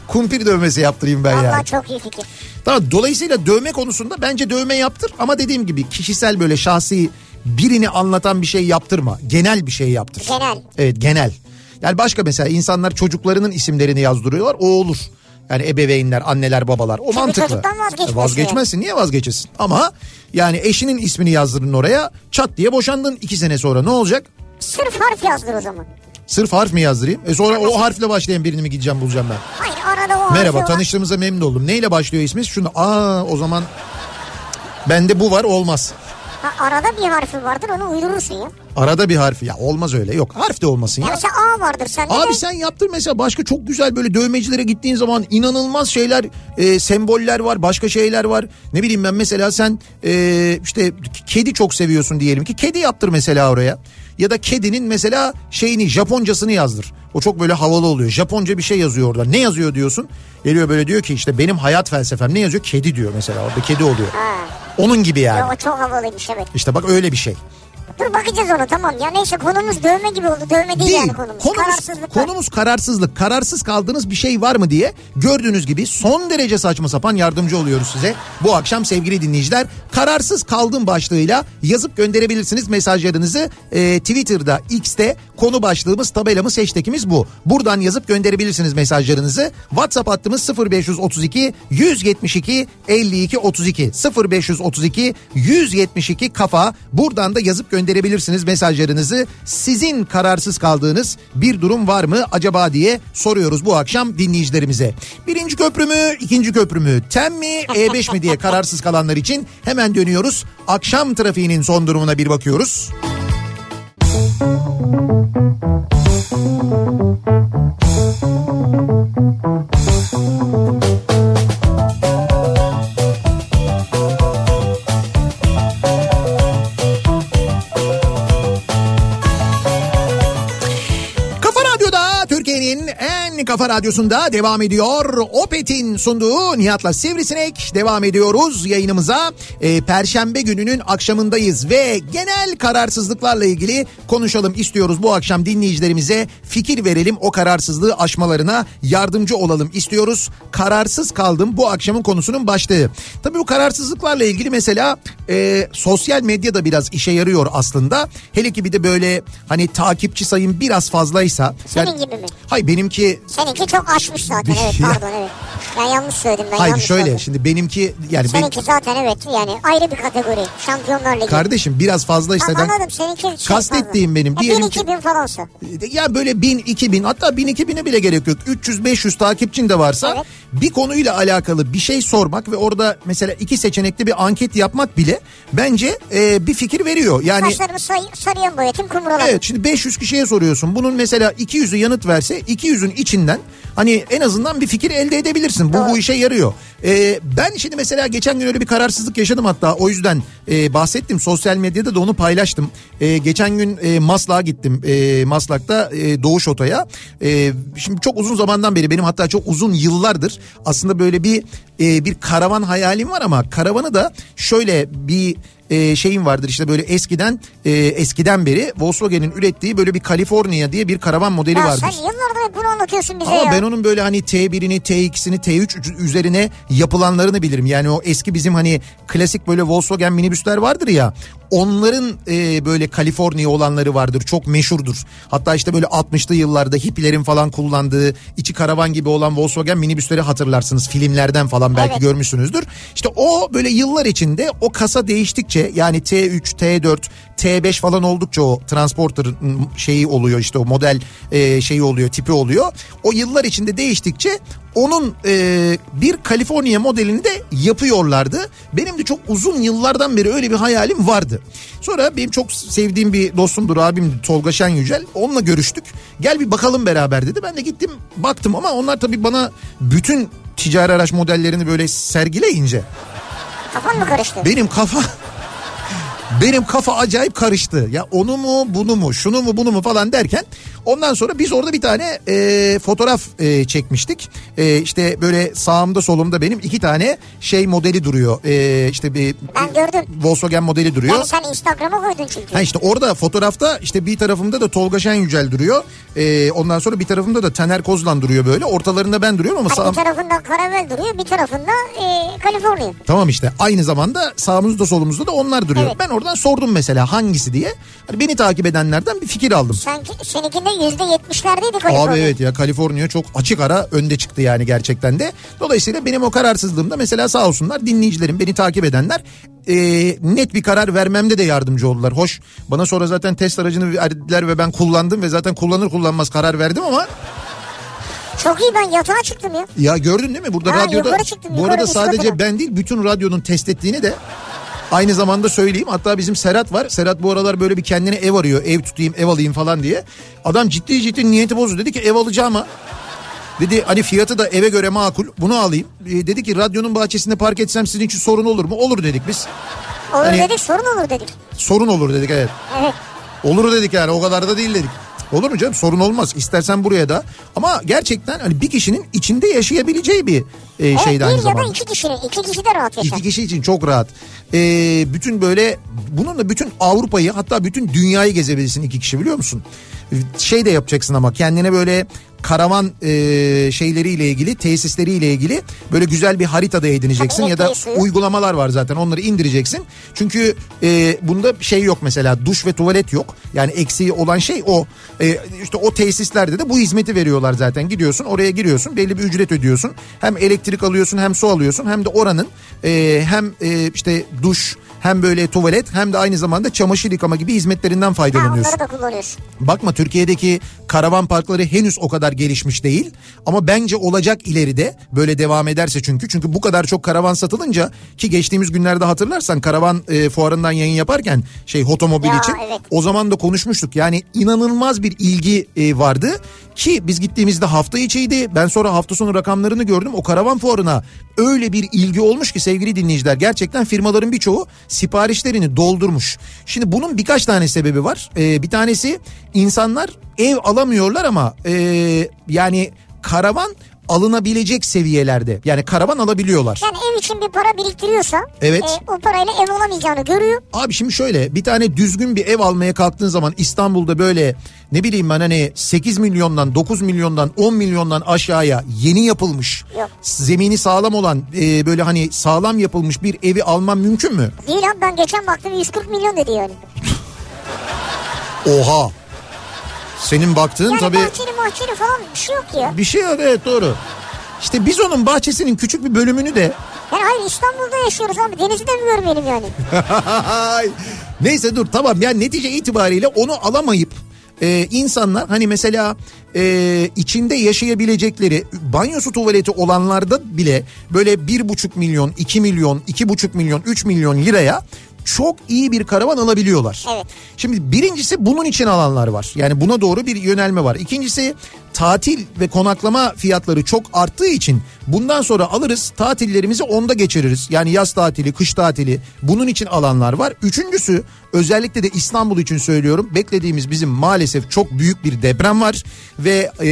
Speaker 2: Kumpir dövmesi yaptırayım ben
Speaker 3: Vallahi
Speaker 2: yani.
Speaker 3: çok iyi fikir.
Speaker 2: Tamam, dolayısıyla dövme konusunda bence dövme yaptır ama dediğim gibi kişisel böyle şahsi birini anlatan bir şey yaptırma. Genel bir şey yaptır.
Speaker 3: Genel.
Speaker 2: Evet genel. Yani başka mesela insanlar çocuklarının isimlerini yazdırıyorlar o olur. Yani ebeveynler, anneler, babalar. O mantıklı.
Speaker 3: çocuktan vazgeçmesin.
Speaker 2: E, Vazgeçmezsin. Niye vazgeçesin? Ama yani eşinin ismini yazdırın oraya. Çat diye boşandın iki sene sonra ne olacak?
Speaker 3: Sırf harf yazdır o zaman.
Speaker 2: Sırf harf mi yazdırayım? E sonra o harfle başlayan birini mi gideceğim bulacağım ben?
Speaker 3: Hayır arada o harfi
Speaker 2: Merhaba
Speaker 3: var.
Speaker 2: tanıştığımıza memnun oldum. Neyle başlıyor isminiz? Şunu aa o zaman bende bu var olmaz.
Speaker 3: Ha, arada bir harfi vardır onu uydurursun ya.
Speaker 2: Arada bir harfi ya olmaz öyle yok harf de olmasın
Speaker 3: Ya
Speaker 2: ya.
Speaker 3: mesela A vardır sende de.
Speaker 2: Abi sen yaptır mesela başka çok güzel böyle dövmecilere gittiğin zaman inanılmaz şeyler e, semboller var başka şeyler var. Ne bileyim ben mesela sen e, işte k- kedi çok seviyorsun diyelim ki kedi yaptır mesela oraya. Ya da kedinin mesela şeyini Japoncasını yazdır. O çok böyle havalı oluyor. Japonca bir şey yazıyor orada. Ne yazıyor diyorsun? Geliyor böyle diyor ki işte benim hayat felsefem ne yazıyor? Kedi diyor mesela orada kedi oluyor.
Speaker 3: Ha.
Speaker 2: Onun gibi
Speaker 3: Ya,
Speaker 2: yani.
Speaker 3: o çok havalıymış evet.
Speaker 2: İşte bak öyle bir şey.
Speaker 3: Dur bakacağız ona tamam ya neyse konumuz dövme gibi oldu. Dövme değil, yani konumuz. Kararsızlık var.
Speaker 2: konumuz kararsızlık. Kararsız kaldığınız bir şey var mı diye gördüğünüz gibi son derece saçma sapan yardımcı oluyoruz size. Bu akşam sevgili dinleyiciler kararsız kaldım başlığıyla yazıp gönderebilirsiniz mesajlarınızı. Ee, Twitter'da X'te konu başlığımız tabelamız hashtagimiz bu. Buradan yazıp gönderebilirsiniz mesajlarınızı. WhatsApp hattımız 0532 172 52 32 0532 172 kafa. Buradan da yazıp gönderebilirsiniz mesajlarınızı. Sizin kararsız kaldığınız bir durum var mı acaba diye soruyoruz bu akşam dinleyicilerimize. Birinci köprü mü, ikinci köprü mü, tem mi, E5 mi diye kararsız kalanlar için hemen dönüyoruz. Akşam trafiğinin son durumuna bir bakıyoruz. Kafa Radyo'da Türkiye'nin en kafa radyosunda devam ediyor. Opet'in sunduğu Nihat'la Sivrisinek devam ediyoruz yayınımıza. Ee, Perşembe gününün akşamındayız ve genel kararsızlıklarla ilgili konuşalım istiyoruz. Bu akşam dinleyicilerimize fikir verelim o kararsızlığı aşmalarına yardımcı olalım istiyoruz. Kararsız kaldım bu akşamın konusunun başlığı. Tabii bu kararsızlıklarla ilgili mesela e, sosyal medya da biraz işe yarıyor aslında. Hele ki bir de böyle hani takipçi sayım biraz fazlaysa.
Speaker 3: Senin gibi mi?
Speaker 2: Hayır benimki
Speaker 3: Seninki çok aşmış zaten evet pardon evet. Ben yanlış söyledim ben
Speaker 2: şey- hayır
Speaker 3: yanlış
Speaker 2: şöyle
Speaker 3: söyledim.
Speaker 2: şimdi benimki yani ben,
Speaker 3: Seninki zaten evet yani ayrı bir kategori. Şampiyonlar Ligi.
Speaker 2: kardeşim biraz fazlaysa
Speaker 3: Tamam,
Speaker 2: ben
Speaker 3: anladım seninki şey
Speaker 2: kastettiğim benim, diyelim ki-
Speaker 3: 1000 2000 falansa.
Speaker 2: ya böyle 1000 2000 hatta 1000 2000'e bile gerek yok. 300 500 takipçin de varsa
Speaker 3: Evet.
Speaker 2: bir konuyla alakalı bir şey sormak ve orada mesela iki seçenekli bir anket yapmak bile bence e, bir fikir veriyor. Yani
Speaker 3: Saçlarımı say, sarıyorum boyatayım kumralar.
Speaker 2: Evet şimdi 500 kişiye soruyorsun. Bunun mesela 200'ü yanıt verse 200'ün içinden hani en azından bir fikir elde edebilirsin. Bu bu işe yarıyor. Ee, ben şimdi mesela geçen gün öyle bir kararsızlık yaşadım hatta o yüzden e, bahsettim. Sosyal medyada da onu paylaştım. E, geçen gün e, Maslak'a gittim. E, Maslak'ta e, Doğuş Oto'ya. E, şimdi çok uzun zamandan beri benim hatta çok uzun yıllardır aslında böyle bir e, bir karavan hayalim var ama karavanı da şöyle bir e, şeyim vardır işte böyle eskiden e, eskiden beri Volkswagen'in ürettiği böyle bir California diye bir karavan modeli
Speaker 3: ya
Speaker 2: vardır.
Speaker 3: sen yıllardır hep bunu anlatıyorsun bize
Speaker 2: Ama
Speaker 3: ya.
Speaker 2: ben onun böyle hani T1'ini, T2'sini, T3 üzerine yapılanlarını bilirim. Yani o eski bizim hani klasik böyle Volkswagen minibüsler vardır ya. Onların e, böyle Kaliforniya olanları vardır. Çok meşhurdur. Hatta işte böyle 60'lı yıllarda hippilerin falan kullandığı içi karavan gibi olan Volkswagen minibüsleri hatırlarsınız. Filmlerden falan belki
Speaker 3: Evet.
Speaker 2: görmüşsünüzdür. İşte o böyle yıllar içinde o kasa değiştikçe yani T3, T4, T5 falan oldukça o transporter şeyi oluyor işte o model e, şeyi oluyor tipi oluyor. O yıllar içinde değiştikçe onun e, bir Kaliforniya modelini de yapıyorlardı. Benim de çok uzun yıllardan beri öyle bir hayalim vardı. Sonra benim çok sevdiğim bir dostumdur abim Tolga Şen Yücel. Onunla görüştük. Gel bir bakalım beraber dedi. Ben de gittim baktım ama onlar tabii bana bütün ticari araç modellerini böyle sergileyince
Speaker 3: Kafan mı karıştı?
Speaker 2: benim kafa benim kafa acayip karıştı. Ya onu mu bunu mu şunu mu bunu mu falan derken ondan sonra biz orada bir tane e, fotoğraf e, çekmiştik. E, işte böyle sağımda solumda benim iki tane şey modeli duruyor. E, işte bir
Speaker 3: Ben gördüm.
Speaker 2: Volkswagen modeli duruyor.
Speaker 3: Yani sen Instagram'a koydun çünkü.
Speaker 2: Ha işte orada fotoğrafta işte bir tarafımda da Tolga Şen Yücel duruyor. E, ondan sonra bir tarafımda da Taner Kozlan duruyor böyle. Ortalarında ben duruyorum ama
Speaker 3: Hani
Speaker 2: sağım...
Speaker 3: bir tarafında Karavel duruyor bir tarafında e, Kaliforniya.
Speaker 2: Tamam işte aynı zamanda sağımızda solumuzda da onlar duruyor.
Speaker 3: Evet.
Speaker 2: Ben oradan sordum mesela hangisi diye. Hani beni takip edenlerden bir fikir aldım.
Speaker 3: Sanki seninkinde yüzde yetmişlerdeydi Kaliforniya.
Speaker 2: Abi evet ya Kaliforniya çok açık ara önde çıktı yani gerçekten de. Dolayısıyla benim o kararsızlığımda mesela sağ olsunlar dinleyicilerim beni takip edenler e, net bir karar vermemde de yardımcı oldular. Hoş bana sonra zaten test aracını verdiler ve ben kullandım ve zaten kullanır kullanmaz karar verdim ama
Speaker 3: Çok iyi ben yatağa çıktım ya.
Speaker 2: ya gördün değil mi burada
Speaker 3: Ha,
Speaker 2: radyoda
Speaker 3: yukarı çıktım,
Speaker 2: bu
Speaker 3: yukarı
Speaker 2: arada
Speaker 3: bir
Speaker 2: sadece
Speaker 3: sıfırdan.
Speaker 2: ben değil bütün radyonun test ettiğini de aynı zamanda söyleyeyim. Hatta bizim Serhat var. Serhat bu aralar böyle bir kendine ev arıyor. Ev tutayım, ev alayım falan diye. Adam ciddi ciddi niyeti bozdu. Dedi ki ev alacağım ama Dedi hani fiyatı da eve göre makul bunu alayım. E, dedi ki radyonun bahçesinde park etsem sizin için sorun olur mu? Olur dedik biz.
Speaker 3: Olur
Speaker 2: Hani-
Speaker 3: dedik sorun olur dedik.
Speaker 2: Sorun olur dedik evet.
Speaker 3: Evet.
Speaker 2: Olur dedik yani o kadar da değil dedik. Olur mu canım sorun olmaz istersen buraya da ama gerçekten hani bir kişinin içinde yaşayabileceği bir e,
Speaker 3: Evet,
Speaker 2: şeydi
Speaker 3: bir
Speaker 2: aynı
Speaker 3: ya da
Speaker 2: zamanda.
Speaker 3: iki kişinin. iki kişi de rahat yaşar.
Speaker 2: İki kişi için çok rahat. Ee, bütün böyle bununla bütün Avrupa'yı hatta bütün dünyayı gezebilirsin iki kişi biliyor musun? Şey de yapacaksın ama kendine böyle karavan e, şeyleriyle ilgili tesisleriyle ilgili böyle güzel bir harita da edineceksin
Speaker 3: Tabii,
Speaker 2: ya da
Speaker 3: elektriği, suyu.
Speaker 2: uygulamalar var zaten onları indireceksin. Çünkü e, bunda şey yok mesela duş ve tuvalet yok. Yani eksiği olan şey o. E, işte o tesislerde de bu hizmeti veriyorlar zaten. Gidiyorsun oraya giriyorsun belli bir ücret ödüyorsun. Hem elektrik alıyorsun hem su alıyorsun hem de oranın e, hem e, işte duş hem böyle tuvalet hem de aynı zamanda çamaşır yıkama gibi hizmetlerinden
Speaker 3: Ha,
Speaker 2: faydalanıyorsun.
Speaker 3: onları da kullanıyorsun.
Speaker 2: Bakma Türkiye'deki karavan parkları henüz o kadar gelişmiş değil ama bence olacak ileride böyle devam ederse çünkü çünkü bu kadar çok karavan satılınca ki geçtiğimiz günlerde hatırlarsan karavan e, fuarından yayın yaparken şey Hotomobil
Speaker 3: Ya,
Speaker 2: için
Speaker 3: evet.
Speaker 2: o zaman da konuşmuştuk yani inanılmaz bir ilgi e, vardı ki biz gittiğimizde hafta içiydi ben sonra hafta sonu rakamlarını gördüm o karavan fuarına öyle bir ilgi olmuş ki sevgili dinleyiciler gerçekten firmaların birçoğu siparişlerini doldurmuş. Şimdi bunun birkaç tane sebebi var E, bir tanesi insanlar ev alamıyorlar ama e, yani karavan alınabilecek seviyelerde yani karavan alabiliyorlar.
Speaker 3: Yani ev için bir para biriktiriyorsa
Speaker 2: Evet.
Speaker 3: e, o parayla ev olamayacağını görüyor.
Speaker 2: Abi şimdi şöyle bir tane düzgün bir ev almaya kalktığın zaman İstanbul'da böyle ne bileyim ben hani 8 milyondan 9 milyondan 10 milyondan aşağıya yeni yapılmış
Speaker 3: Yok.
Speaker 2: zemini sağlam olan e, böyle hani sağlam yapılmış bir evi alman mümkün mü?
Speaker 3: Değil abi ben geçen baktım 140 milyon dedi yani.
Speaker 2: Oha senin baktığın
Speaker 3: Yani
Speaker 2: tabii
Speaker 3: bahçeli mahçeli falan bir şey yok ya.
Speaker 2: bir şey yok evet doğru. İşte biz onun bahçesinin küçük bir bölümünü de
Speaker 3: Yani hayır İstanbul'da yaşıyoruz abi denizi de mi görmeyelim yani?
Speaker 2: Ay. Neyse dur tamam yani netice itibariyle onu alamayıp e, insanlar hani mesela e, içinde yaşayabilecekleri banyosu tuvaleti olanlarda bile böyle bir buçuk milyon, iki milyon, iki buçuk milyon, üç milyon liraya çok iyi bir karavan alabiliyorlar.
Speaker 3: Evet.
Speaker 2: Şimdi birincisi bunun için alanlar var. Yani buna doğru bir yönelme var. İkincisi tatil ve konaklama fiyatları çok arttığı için bundan sonra alırız tatillerimizi onda geçiririz. Yani yaz tatili, kış tatili bunun için alanlar var. Üçüncüsü özellikle de İstanbul için söylüyorum. Beklediğimiz bizim maalesef çok büyük bir deprem var ve e,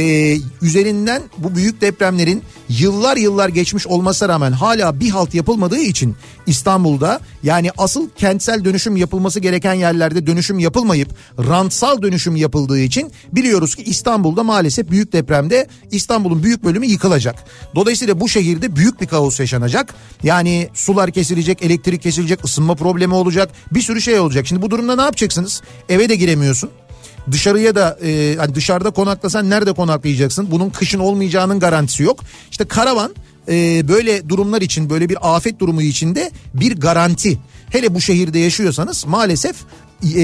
Speaker 2: üzerinden bu büyük depremlerin yıllar yıllar geçmiş olmasına rağmen hala bir halt yapılmadığı için İstanbul'da yani asıl kentsel dönüşüm yapılması gereken yerlerde dönüşüm yapılmayıp rantsal dönüşüm yapıldığı için biliyoruz ki İstanbul'da maalesef büyük depremde İstanbul'un büyük bölümü yıkılacak. Dolayısıyla bu şehirde büyük bir kaos yaşanacak. Yani sular kesilecek, elektrik kesilecek, ısınma problemi olacak, bir sürü şey olacak. Şimdi bu durumda ne yapacaksınız? Eve de giremiyorsun. Dışarıya da e, hani dışarıda konaklasan nerede konaklayacaksın? Bunun kışın olmayacağının garantisi yok. İşte karavan e, böyle durumlar için böyle bir afet durumu içinde bir garanti. Hele bu şehirde yaşıyorsanız maalesef e,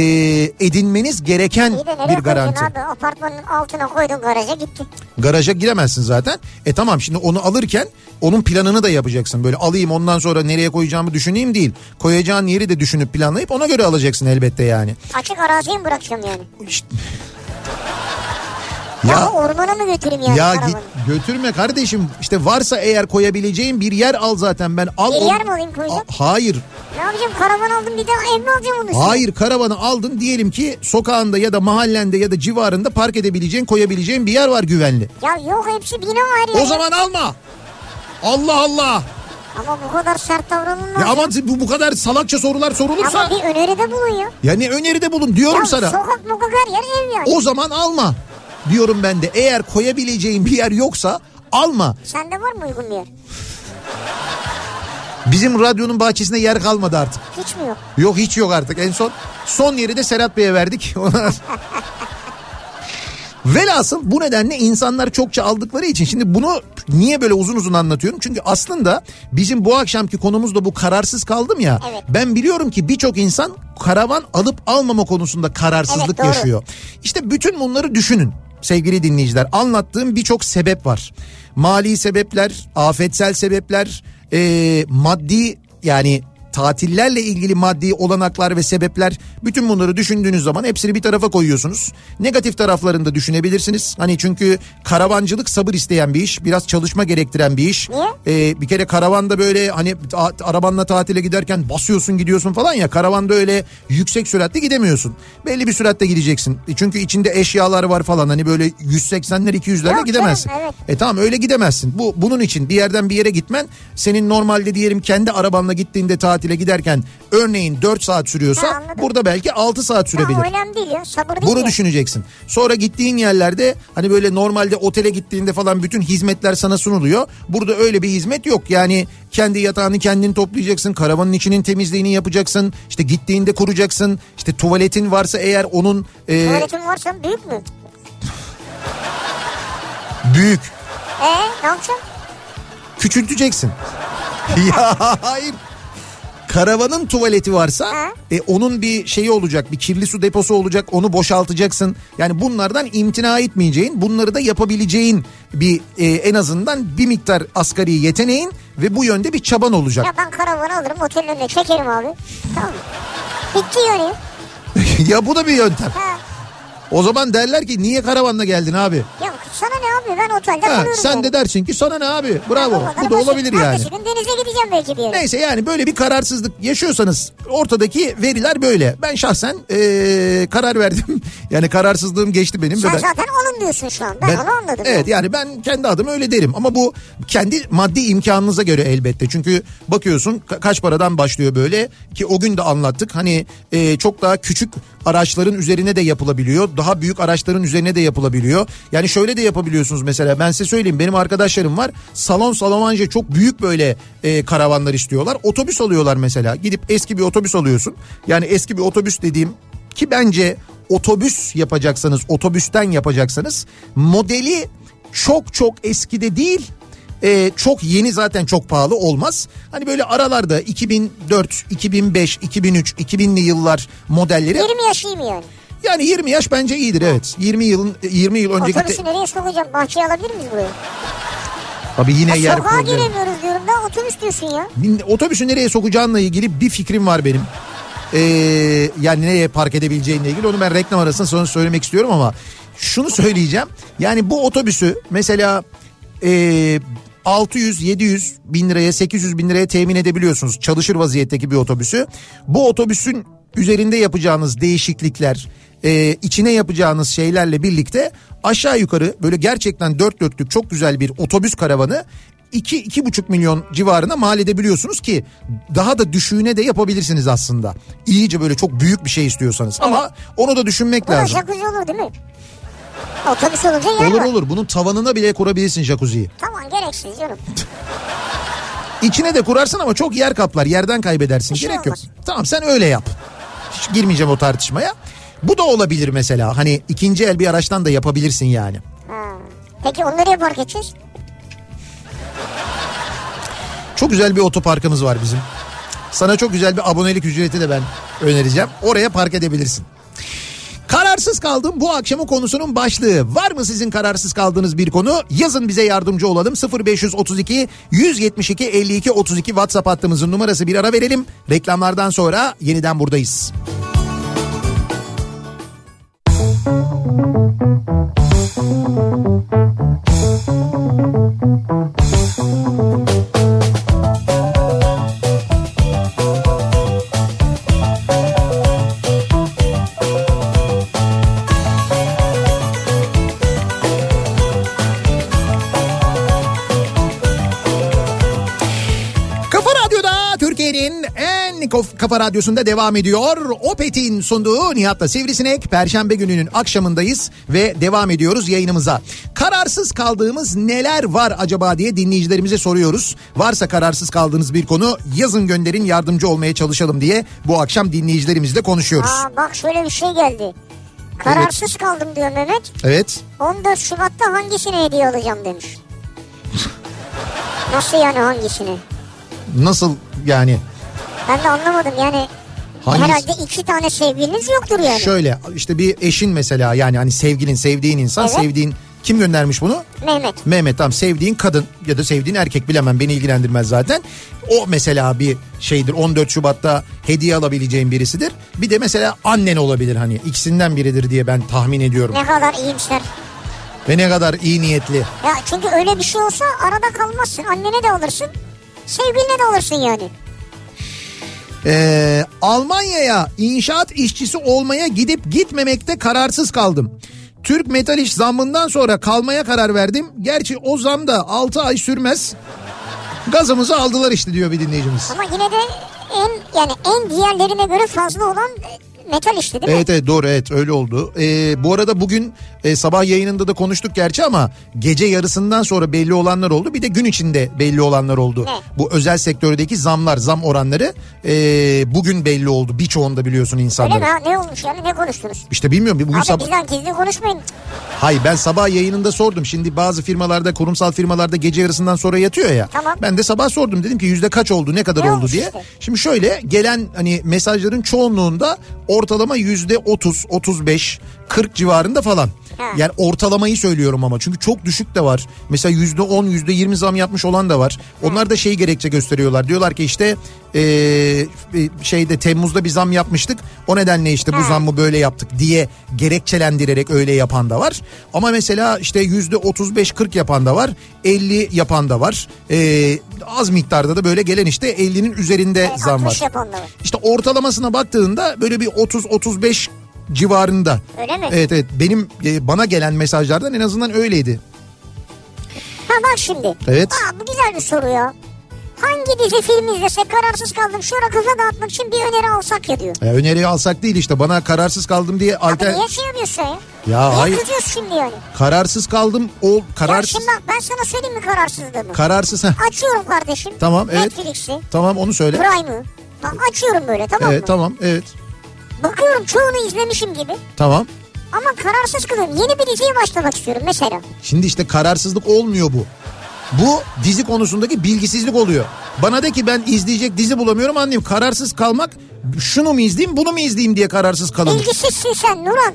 Speaker 2: edinmeniz gereken
Speaker 3: İyi de nereye
Speaker 2: bir garanti.
Speaker 3: koyacaksın abi? Apartmanın altına koydun garaja gitti.
Speaker 2: Garaja giremezsin zaten. E tamam şimdi onu alırken onun planını da yapacaksın. Böyle alayım ondan sonra nereye koyacağımı düşüneyim değil. Koyacağın yeri de düşünüp planlayıp ona göre alacaksın elbette yani.
Speaker 3: Açık araziye mi bırakacağım yani?
Speaker 2: İşte-
Speaker 3: Ya, ormana mı götüreyim yani
Speaker 2: Ya
Speaker 3: arabanı?
Speaker 2: git götürme kardeşim. İşte varsa eğer koyabileceğin bir yer al zaten ben. Al
Speaker 3: Bir
Speaker 2: onu-
Speaker 3: yer mi alayım koyacağım?
Speaker 2: A- Hayır.
Speaker 3: Ne yapacağım karavan aldım bir daha ev mi alacağım bunun üstüne?
Speaker 2: Hayır karavanı aldın diyelim ki sokağında ya da mahallende ya da civarında park edebileceğin koyabileceğin bir yer var güvenli.
Speaker 3: Ya yok hepsi bina her yere.
Speaker 2: O zaman alma. Allah Allah.
Speaker 3: Ama bu kadar sert davranılmaz.
Speaker 2: Ya aman bu, bu kadar salakça sorular
Speaker 3: Ama
Speaker 2: sorulursa.
Speaker 3: bir öneride bulun ya.
Speaker 2: Ya ne öneride bulun diyorum
Speaker 3: Ya
Speaker 2: sana.
Speaker 3: sokak mokak her yer ev yani.
Speaker 2: O zaman alma diyorum ben de. Eğer koyabileceğin bir yer yoksa alma.
Speaker 3: Sende var mı uygun bir yer?
Speaker 2: Bizim radyonun bahçesinde yer kalmadı artık.
Speaker 3: Hiç mi yok?
Speaker 2: Yok hiç yok artık en son. Son yeri de Serhat Bey'e verdik. Ona- Velhasıl bu nedenle insanlar çokça aldıkları için şimdi bunu niye böyle uzun uzun anlatıyorum? Çünkü aslında bizim bu akşamki konumuz da bu kararsız kaldım ya.
Speaker 3: Evet.
Speaker 2: Ben biliyorum ki birçok insan karavan alıp almama konusunda
Speaker 3: Evet,
Speaker 2: kararsızlık
Speaker 3: doğru.
Speaker 2: yaşıyor. İşte bütün bunları düşünün sevgili dinleyiciler. Anlattığım birçok sebep var. Mali sebepler, afetsel sebepler, eee, maddi yani tatillerle ilgili maddi olanaklar ve sebepler bütün bunları düşündüğünüz zaman hepsini bir tarafa koyuyorsunuz. Negatif taraflarını da düşünebilirsiniz. Hani çünkü karavancılık sabır isteyen bir iş, biraz çalışma gerektiren bir iş.
Speaker 3: Niye?
Speaker 2: Ee, bir kere karavanda böyle hani a- arabanla tatile giderken basıyorsun gidiyorsun falan ya karavanda öyle yüksek süratte gidemiyorsun. Belli bir süratte gideceksin. E çünkü içinde eşyalar var falan hani böyle 180'ler 200'lerle
Speaker 3: Yok
Speaker 2: gidemezsin.
Speaker 3: canım, evet.
Speaker 2: E tamam öyle gidemezsin. Bu bunun için bir yerden bir yere gitmen senin normalde diyelim kendi arabanla gittiğinde tatile giderken örneğin 4 saat sürüyorsa
Speaker 3: Ha, anladım.
Speaker 2: burada belki 6 saat sürebilir.
Speaker 3: Ya önemli değil ya sabır değil
Speaker 2: Bunu
Speaker 3: ya.
Speaker 2: düşüneceksin. Sonra gittiğin yerlerde hani böyle normalde otele gittiğinde falan bütün hizmetler sana sunuluyor. Burada öyle bir hizmet yok. Yani kendi yatağını kendin toplayacaksın. Karavanın içinin temizliğini yapacaksın. İşte gittiğinde kuracaksın. İşte tuvaletin varsa eğer onun e,
Speaker 3: Tuvaletin varsa büyük mü?
Speaker 2: büyük
Speaker 3: Ee ne yapacağım?
Speaker 2: küçülteceksin. ya hayır. Karavanın tuvaleti varsa
Speaker 3: Ha?
Speaker 2: e, onun bir şeyi olacak bir kirli su deposu olacak onu boşaltacaksın. Yani bunlardan imtina etmeyeceğin bunları da yapabileceğin bir e, en azından bir miktar asgari yeteneğin ve bu yönde bir çaban olacak.
Speaker 3: Ya ben karavanı alırım otelin önüne çekerim abi. Tamam mı? Bitti yani.
Speaker 2: ya bu da bir yöntem.
Speaker 3: Ha.
Speaker 2: O zaman derler ki niye karavanla geldin abi?
Speaker 3: Ya sana ne abi ben otelde
Speaker 2: Ha,
Speaker 3: kalıyorum.
Speaker 2: sen
Speaker 3: yani.
Speaker 2: de dersin ki sana ne abi? Bravo.
Speaker 3: O kadar
Speaker 2: Bu da
Speaker 3: basit.
Speaker 2: olabilir yani.
Speaker 3: Ertesi gün denize gideceğim belki bir yere.
Speaker 2: Neyse yani böyle bir kararsızlık yaşıyorsanız ortadaki veriler böyle. Ben şahsen eee, karar verdim. Yani kararsızlığım geçti benim.
Speaker 3: Sen
Speaker 2: ve ben,
Speaker 3: zaten onun diyorsun şu an. Ben, onu anladım.
Speaker 2: Evet yani ben kendi adıma öyle derim. Ama bu kendi maddi imkanınıza göre elbette. Çünkü bakıyorsun ka- kaç paradan başlıyor böyle ki o gün de anlattık. Hani eee, çok daha küçük araçların üzerine de yapılabiliyor. Daha büyük araçların üzerine de yapılabiliyor. Yani şöyle de yapabiliyorsunuz mesela ben size söyleyeyim benim arkadaşlarım var. Salon Salamanje çok büyük böyle e, karavanlar istiyorlar. Otobüs alıyorlar mesela. Gidip eski bir otobüs alıyorsun. Yani eski bir otobüs dediğim ki bence otobüs yapacaksanız, otobüsten yapacaksanız modeli çok çok eskide değil e, çok yeni zaten çok pahalı olmaz. Hani böyle aralarda 2004, 2005, 2003, 2000'li yıllar modelleri
Speaker 3: 20 yaşıyım yani.
Speaker 2: yani 20 yaş bence iyidir evet. 20 yılın 20 yıl önceki
Speaker 3: Otobüsü nereye sokacağım? Bahçeye alabilir miyiz burayı?
Speaker 2: Tabii yine yer
Speaker 3: E, Sokağa
Speaker 2: problemi.
Speaker 3: giremiyoruz diyorum da otobüs diyorsun ya.
Speaker 2: Bin- Otobüsü nereye sokacağınla ilgili bir fikrim var benim. Ee, yani nereye park edebileceğinle ilgili onu ben reklam arasında sonra söylemek istiyorum ama şunu söyleyeceğim. Yani bu otobüsü mesela ee, 600, 700 bin liraya, 800 bin liraya temin edebiliyorsunuz. Çalışır vaziyetteki bir otobüsü. Bu otobüsün üzerinde yapacağınız değişiklikler, e, içine yapacağınız şeylerle birlikte aşağı yukarı böyle gerçekten dört dörtlük çok güzel bir otobüs karavanı 2 iki buçuk milyon civarına mal edebiliyorsunuz ki daha da düşüğüne de yapabilirsiniz aslında. İyice böyle çok büyük bir şey istiyorsanız ama onu da düşünmek
Speaker 3: Bu da
Speaker 2: lazım.
Speaker 3: jacuzzi olur değil mi? Otobüs olunca yer
Speaker 2: Olur
Speaker 3: var.
Speaker 2: olur bunun tavanına bile kurabilirsin jacuzziyi.
Speaker 3: Tamam gereksiz canım.
Speaker 2: İçine de kurarsın ama çok yer kaplar. Yerden kaybedersin.
Speaker 3: Bir şey
Speaker 2: Gerek yok.
Speaker 3: olmaz.
Speaker 2: Tamam sen öyle yap. Hiç girmeyeceğim o tartışmaya. Bu da olabilir mesela. Hani ikinci el bir araçtan da yapabilirsin yani.
Speaker 3: Ha. Peki onları nereye park edeceğiz?
Speaker 2: Çok güzel bir otoparkımız var bizim. Sana çok güzel bir abonelik ücreti de ben önereceğim. Oraya park edebilirsin. Kararsız kaldım bu akşamın konusunun başlığı. Var mı sizin kararsız kaldığınız bir konu? Yazın bize yardımcı olalım. 0532 172 52 32 WhatsApp hattımızın numarası bir ara verelim. Reklamlardan sonra yeniden buradayız. Kafa Radyo'da Türkiye'nin en kof- kafa radyosunda devam ediyor. Opet'in sunduğu Nihat'la Sivrisinek. Perşembe gününün akşamındayız ve devam ediyoruz yayınımıza. Kararsız kaldığımız neler var acaba diye dinleyicilerimize soruyoruz. Varsa kararsız kaldığınız bir konu yazın gönderin yardımcı olmaya çalışalım diye bu akşam dinleyicilerimizle konuşuyoruz.
Speaker 3: Aa bak şöyle bir şey geldi. Kararsız kaldım diyor Mehmet.
Speaker 2: Evet.
Speaker 3: 14 Şubat'ta hangisini hediye alacağım demiş. Nasıl yani hangisini?
Speaker 2: Nasıl yani?
Speaker 3: Ben de anlamadım yani.
Speaker 2: Hangisi?
Speaker 3: Herhalde iki tane sevgiliniz yoktur yani.
Speaker 2: Şöyle işte bir eşin mesela yani hani sevgilin sevdiğin insan
Speaker 3: Evet.
Speaker 2: sevdiğin kim göndermiş bunu?
Speaker 3: Mehmet.
Speaker 2: Mehmet tam sevdiğin kadın ya da sevdiğin erkek bilemem beni ilgilendirmez zaten. O mesela bir şeydir 14 Şubat'ta hediye alabileceğin birisidir. Bir de mesela annen olabilir hani ikisinden biridir diye ben tahmin ediyorum.
Speaker 3: Ne kadar iyimser.
Speaker 2: Ve ne kadar iyi niyetli.
Speaker 3: Ya çünkü öyle bir şey olsa arada kalmazsın. Annene de alırsın. Sevgiline de alırsın yani.
Speaker 2: Ee, Almanya'ya inşaat işçisi olmaya gidip gitmemekte kararsız kaldım. Türk metal iş zammından sonra kalmaya karar verdim. Gerçi o zam da 6 ay sürmez. Gazımızı aldılar işte diyor bir dinleyicimiz.
Speaker 3: Ama yine de en yani en diğerlerine göre fazla olan e, metal işte değil mi?
Speaker 2: Evet evet doğru evet öyle oldu. Ee, bu arada bugün e, sabah yayınında da konuştuk gerçi ama gece yarısından sonra belli olanlar oldu. Bir de gün içinde belli olanlar oldu.
Speaker 3: Ne?
Speaker 2: Bu özel sektördeki zamlar zam oranları e, bugün belli oldu. Birçoğunda biliyorsun
Speaker 3: Öyle mi?
Speaker 2: insanların.
Speaker 3: Ha, ne olmuş yani ne konuştunuz?
Speaker 2: İşte bilmiyorum bugün
Speaker 3: Abi
Speaker 2: sabah...
Speaker 3: bizden gizli konuşmayın.
Speaker 2: Hayır ben sabah yayınında sordum. Şimdi bazı firmalarda kurumsal firmalarda gece yarısından sonra yatıyor ya.
Speaker 3: Tamam.
Speaker 2: Ben de sabah sordum dedim ki yüzde kaç oldu ne kadar
Speaker 3: Ne
Speaker 2: oldu
Speaker 3: olmuş
Speaker 2: diye.
Speaker 3: işte?
Speaker 2: Şimdi şöyle gelen hani mesajların çoğunluğunda ortalama yüzde 30, 35, 40 civarında falan.
Speaker 3: Ha.
Speaker 2: Yani ortalamayı söylüyorum ama çünkü çok düşük de var. Mesela yüzde 10, yüzde 20 zam yapmış olan da var. Onlar da şey gerekçe gösteriyorlar. Diyorlar ki işte eee, şeyde Temmuz'da bir zam yapmıştık. O nedenle işte bu
Speaker 3: Ha.
Speaker 2: zam mı böyle yaptık diye gerekçelendirerek öyle yapan da var. Ama mesela işte yüzde 35-40 yapan da var. 50 yapan da var. Ee, az miktarda da böyle gelen işte 50'nin üzerinde
Speaker 3: E,
Speaker 2: zam
Speaker 3: 60
Speaker 2: var.
Speaker 3: yapan da var.
Speaker 2: İşte ortalamasına baktığında böyle bir 30-35 civarında.
Speaker 3: Öyle mi?
Speaker 2: Evet evet benim e, bana gelen mesajlardan en azından öyleydi.
Speaker 3: Ha bak şimdi.
Speaker 2: Evet.
Speaker 3: Aa, bu güzel bir soru ya. Hangi dizi film izlesek kararsız kaldım şu ara kafa dağıtmak için bir öneri alsak ya diyor.
Speaker 2: Ya E, öneriyi alsak değil işte bana kararsız kaldım diye
Speaker 3: Abi
Speaker 2: alter...
Speaker 3: niye şey yapıyorsun ya?
Speaker 2: Ya
Speaker 3: niye
Speaker 2: hayır.
Speaker 3: kızıyorsun şimdi yani?
Speaker 2: Kararsız kaldım o
Speaker 3: Ya
Speaker 2: kararsız
Speaker 3: şimdi bak ben sana söyleyeyim mi kararsızlığımı?
Speaker 2: kararsız ha.
Speaker 3: Açıyorum kardeşim.
Speaker 2: Tamam, evet.
Speaker 3: Netflix'i,
Speaker 2: Tamam onu söyle.
Speaker 3: Prime'ı. Bak açıyorum böyle tamam
Speaker 2: Evet
Speaker 3: mı?
Speaker 2: tamam evet.
Speaker 3: Bakıyorum çoğunu izlemişim gibi.
Speaker 2: Tamam.
Speaker 3: Ama kararsız kılıyorum. Yeni bir diziye başlamak istiyorum mesela.
Speaker 2: Şimdi işte kararsızlık olmuyor bu. Bu dizi konusundaki bilgisizlik oluyor. Bana de ki ben izleyecek dizi bulamıyorum anlayayım. Kararsız kalmak şunu mu izleyeyim bunu mu izleyeyim diye kararsız kalınır.
Speaker 3: Bilgisizsin sen Nuran.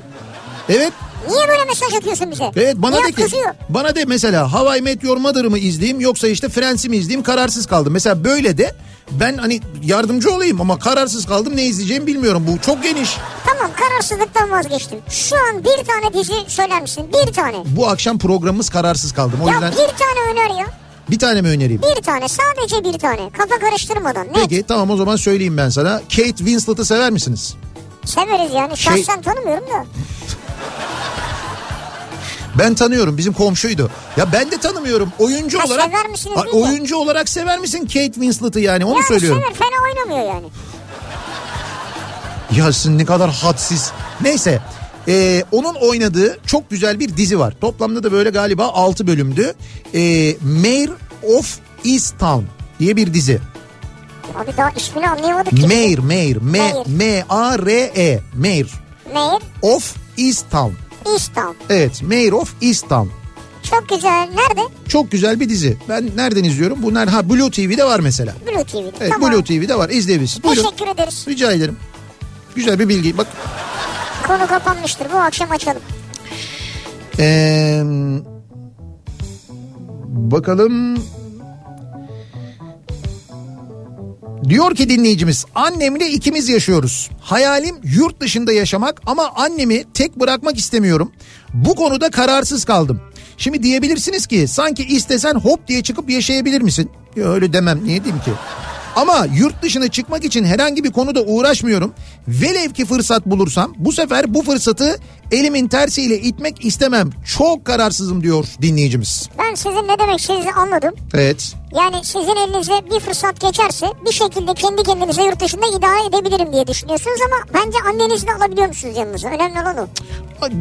Speaker 2: Evet
Speaker 3: Niye böyle mesaj atıyorsun bize?
Speaker 2: evet bana
Speaker 3: Niye
Speaker 2: de ki
Speaker 3: kızıyor?
Speaker 2: bana de mesela How I Met Your Mother'ı mı izleyeyim yoksa işte Friends'i mi izleyeyim kararsız kaldım. Mesela böyle de ben hani yardımcı olayım ama kararsız kaldım ne izleyeceğimi bilmiyorum. Bu çok geniş.
Speaker 3: Tamam kararsızlıktan vazgeçtim. Şu an bir tane dizi söyler misin? Bir tane.
Speaker 2: Bu akşam programımız kararsız kaldım. O
Speaker 3: ya
Speaker 2: yüzden
Speaker 3: bir tane öner ya.
Speaker 2: bir tane mi önereyim?
Speaker 3: Bir tane sadece bir tane. Kafa karıştırmadan. Ne?
Speaker 2: Peki tamam o zaman söyleyeyim ben sana. Kate Winslet'ı sever misiniz?
Speaker 3: Severiz yani.
Speaker 2: Şey-
Speaker 3: Şahsen tanımıyorum da.
Speaker 2: Ben tanıyorum bizim komşuydu. Ya ben de tanımıyorum oyuncu
Speaker 3: Ha,
Speaker 2: olarak.
Speaker 3: sever misiniz
Speaker 2: Ha,
Speaker 3: değil mi?
Speaker 2: oyuncu olarak sever misin Kate Winslet'ı yani onu
Speaker 3: Yani
Speaker 2: söylüyorum.
Speaker 3: sever fena oynamıyor yani.
Speaker 2: Ya sizin ne kadar hadsiz. Neyse ee, onun oynadığı çok güzel bir dizi var. Toplamda da böyle galiba 6 bölümdü. Ee, Mayor of Easttown diye bir dizi.
Speaker 3: Abi daha ismini anlayamadık ki.
Speaker 2: Mayor, Mayor, M,
Speaker 3: Mayor.
Speaker 2: M, A, R, E, Mayor
Speaker 3: Mayor
Speaker 2: of Easttown.
Speaker 3: İstanbul.
Speaker 2: Evet, Mayor of Easttown.
Speaker 3: Çok güzel. Nerede?
Speaker 2: Çok güzel bir dizi. Ben nereden izliyorum? Bunlar ha Blue TV'de var mesela.
Speaker 3: Blue TV'de.
Speaker 2: Evet
Speaker 3: tamam.
Speaker 2: Blue TV'de var. İzleyebilirsin. Buyurun.
Speaker 3: Teşekkür ederiz.
Speaker 2: Rica ederim. Güzel bir bilgi. Bak
Speaker 3: Konu kapanmıştır. Bu akşam açalım.
Speaker 2: Ee, bakalım. Diyor ki dinleyicimiz annemle ikimiz yaşıyoruz. Hayalim yurt dışında yaşamak ama annemi tek bırakmak istemiyorum. Bu konuda kararsız kaldım. Şimdi diyebilirsiniz ki sanki istesen hop diye çıkıp yaşayabilir misin? Ya öyle demem niye diyeyim ki? Ama yurt dışına çıkmak için herhangi bir konuda uğraşmıyorum. Velev ki fırsat bulursam bu sefer bu fırsatı elimin tersiyle itmek istemem. Çok kararsızım diyor dinleyicimiz.
Speaker 3: Ben sizin ne demek istediğinizi anladım.
Speaker 2: Evet.
Speaker 3: Yani sizin elinize bir fırsat geçerse bir şekilde kendi kendinize yurt dışında idare edebilirim diye düşünüyorsunuz ama bence annenizi de alabiliyor musunuz yanınıza? Önemli olan o.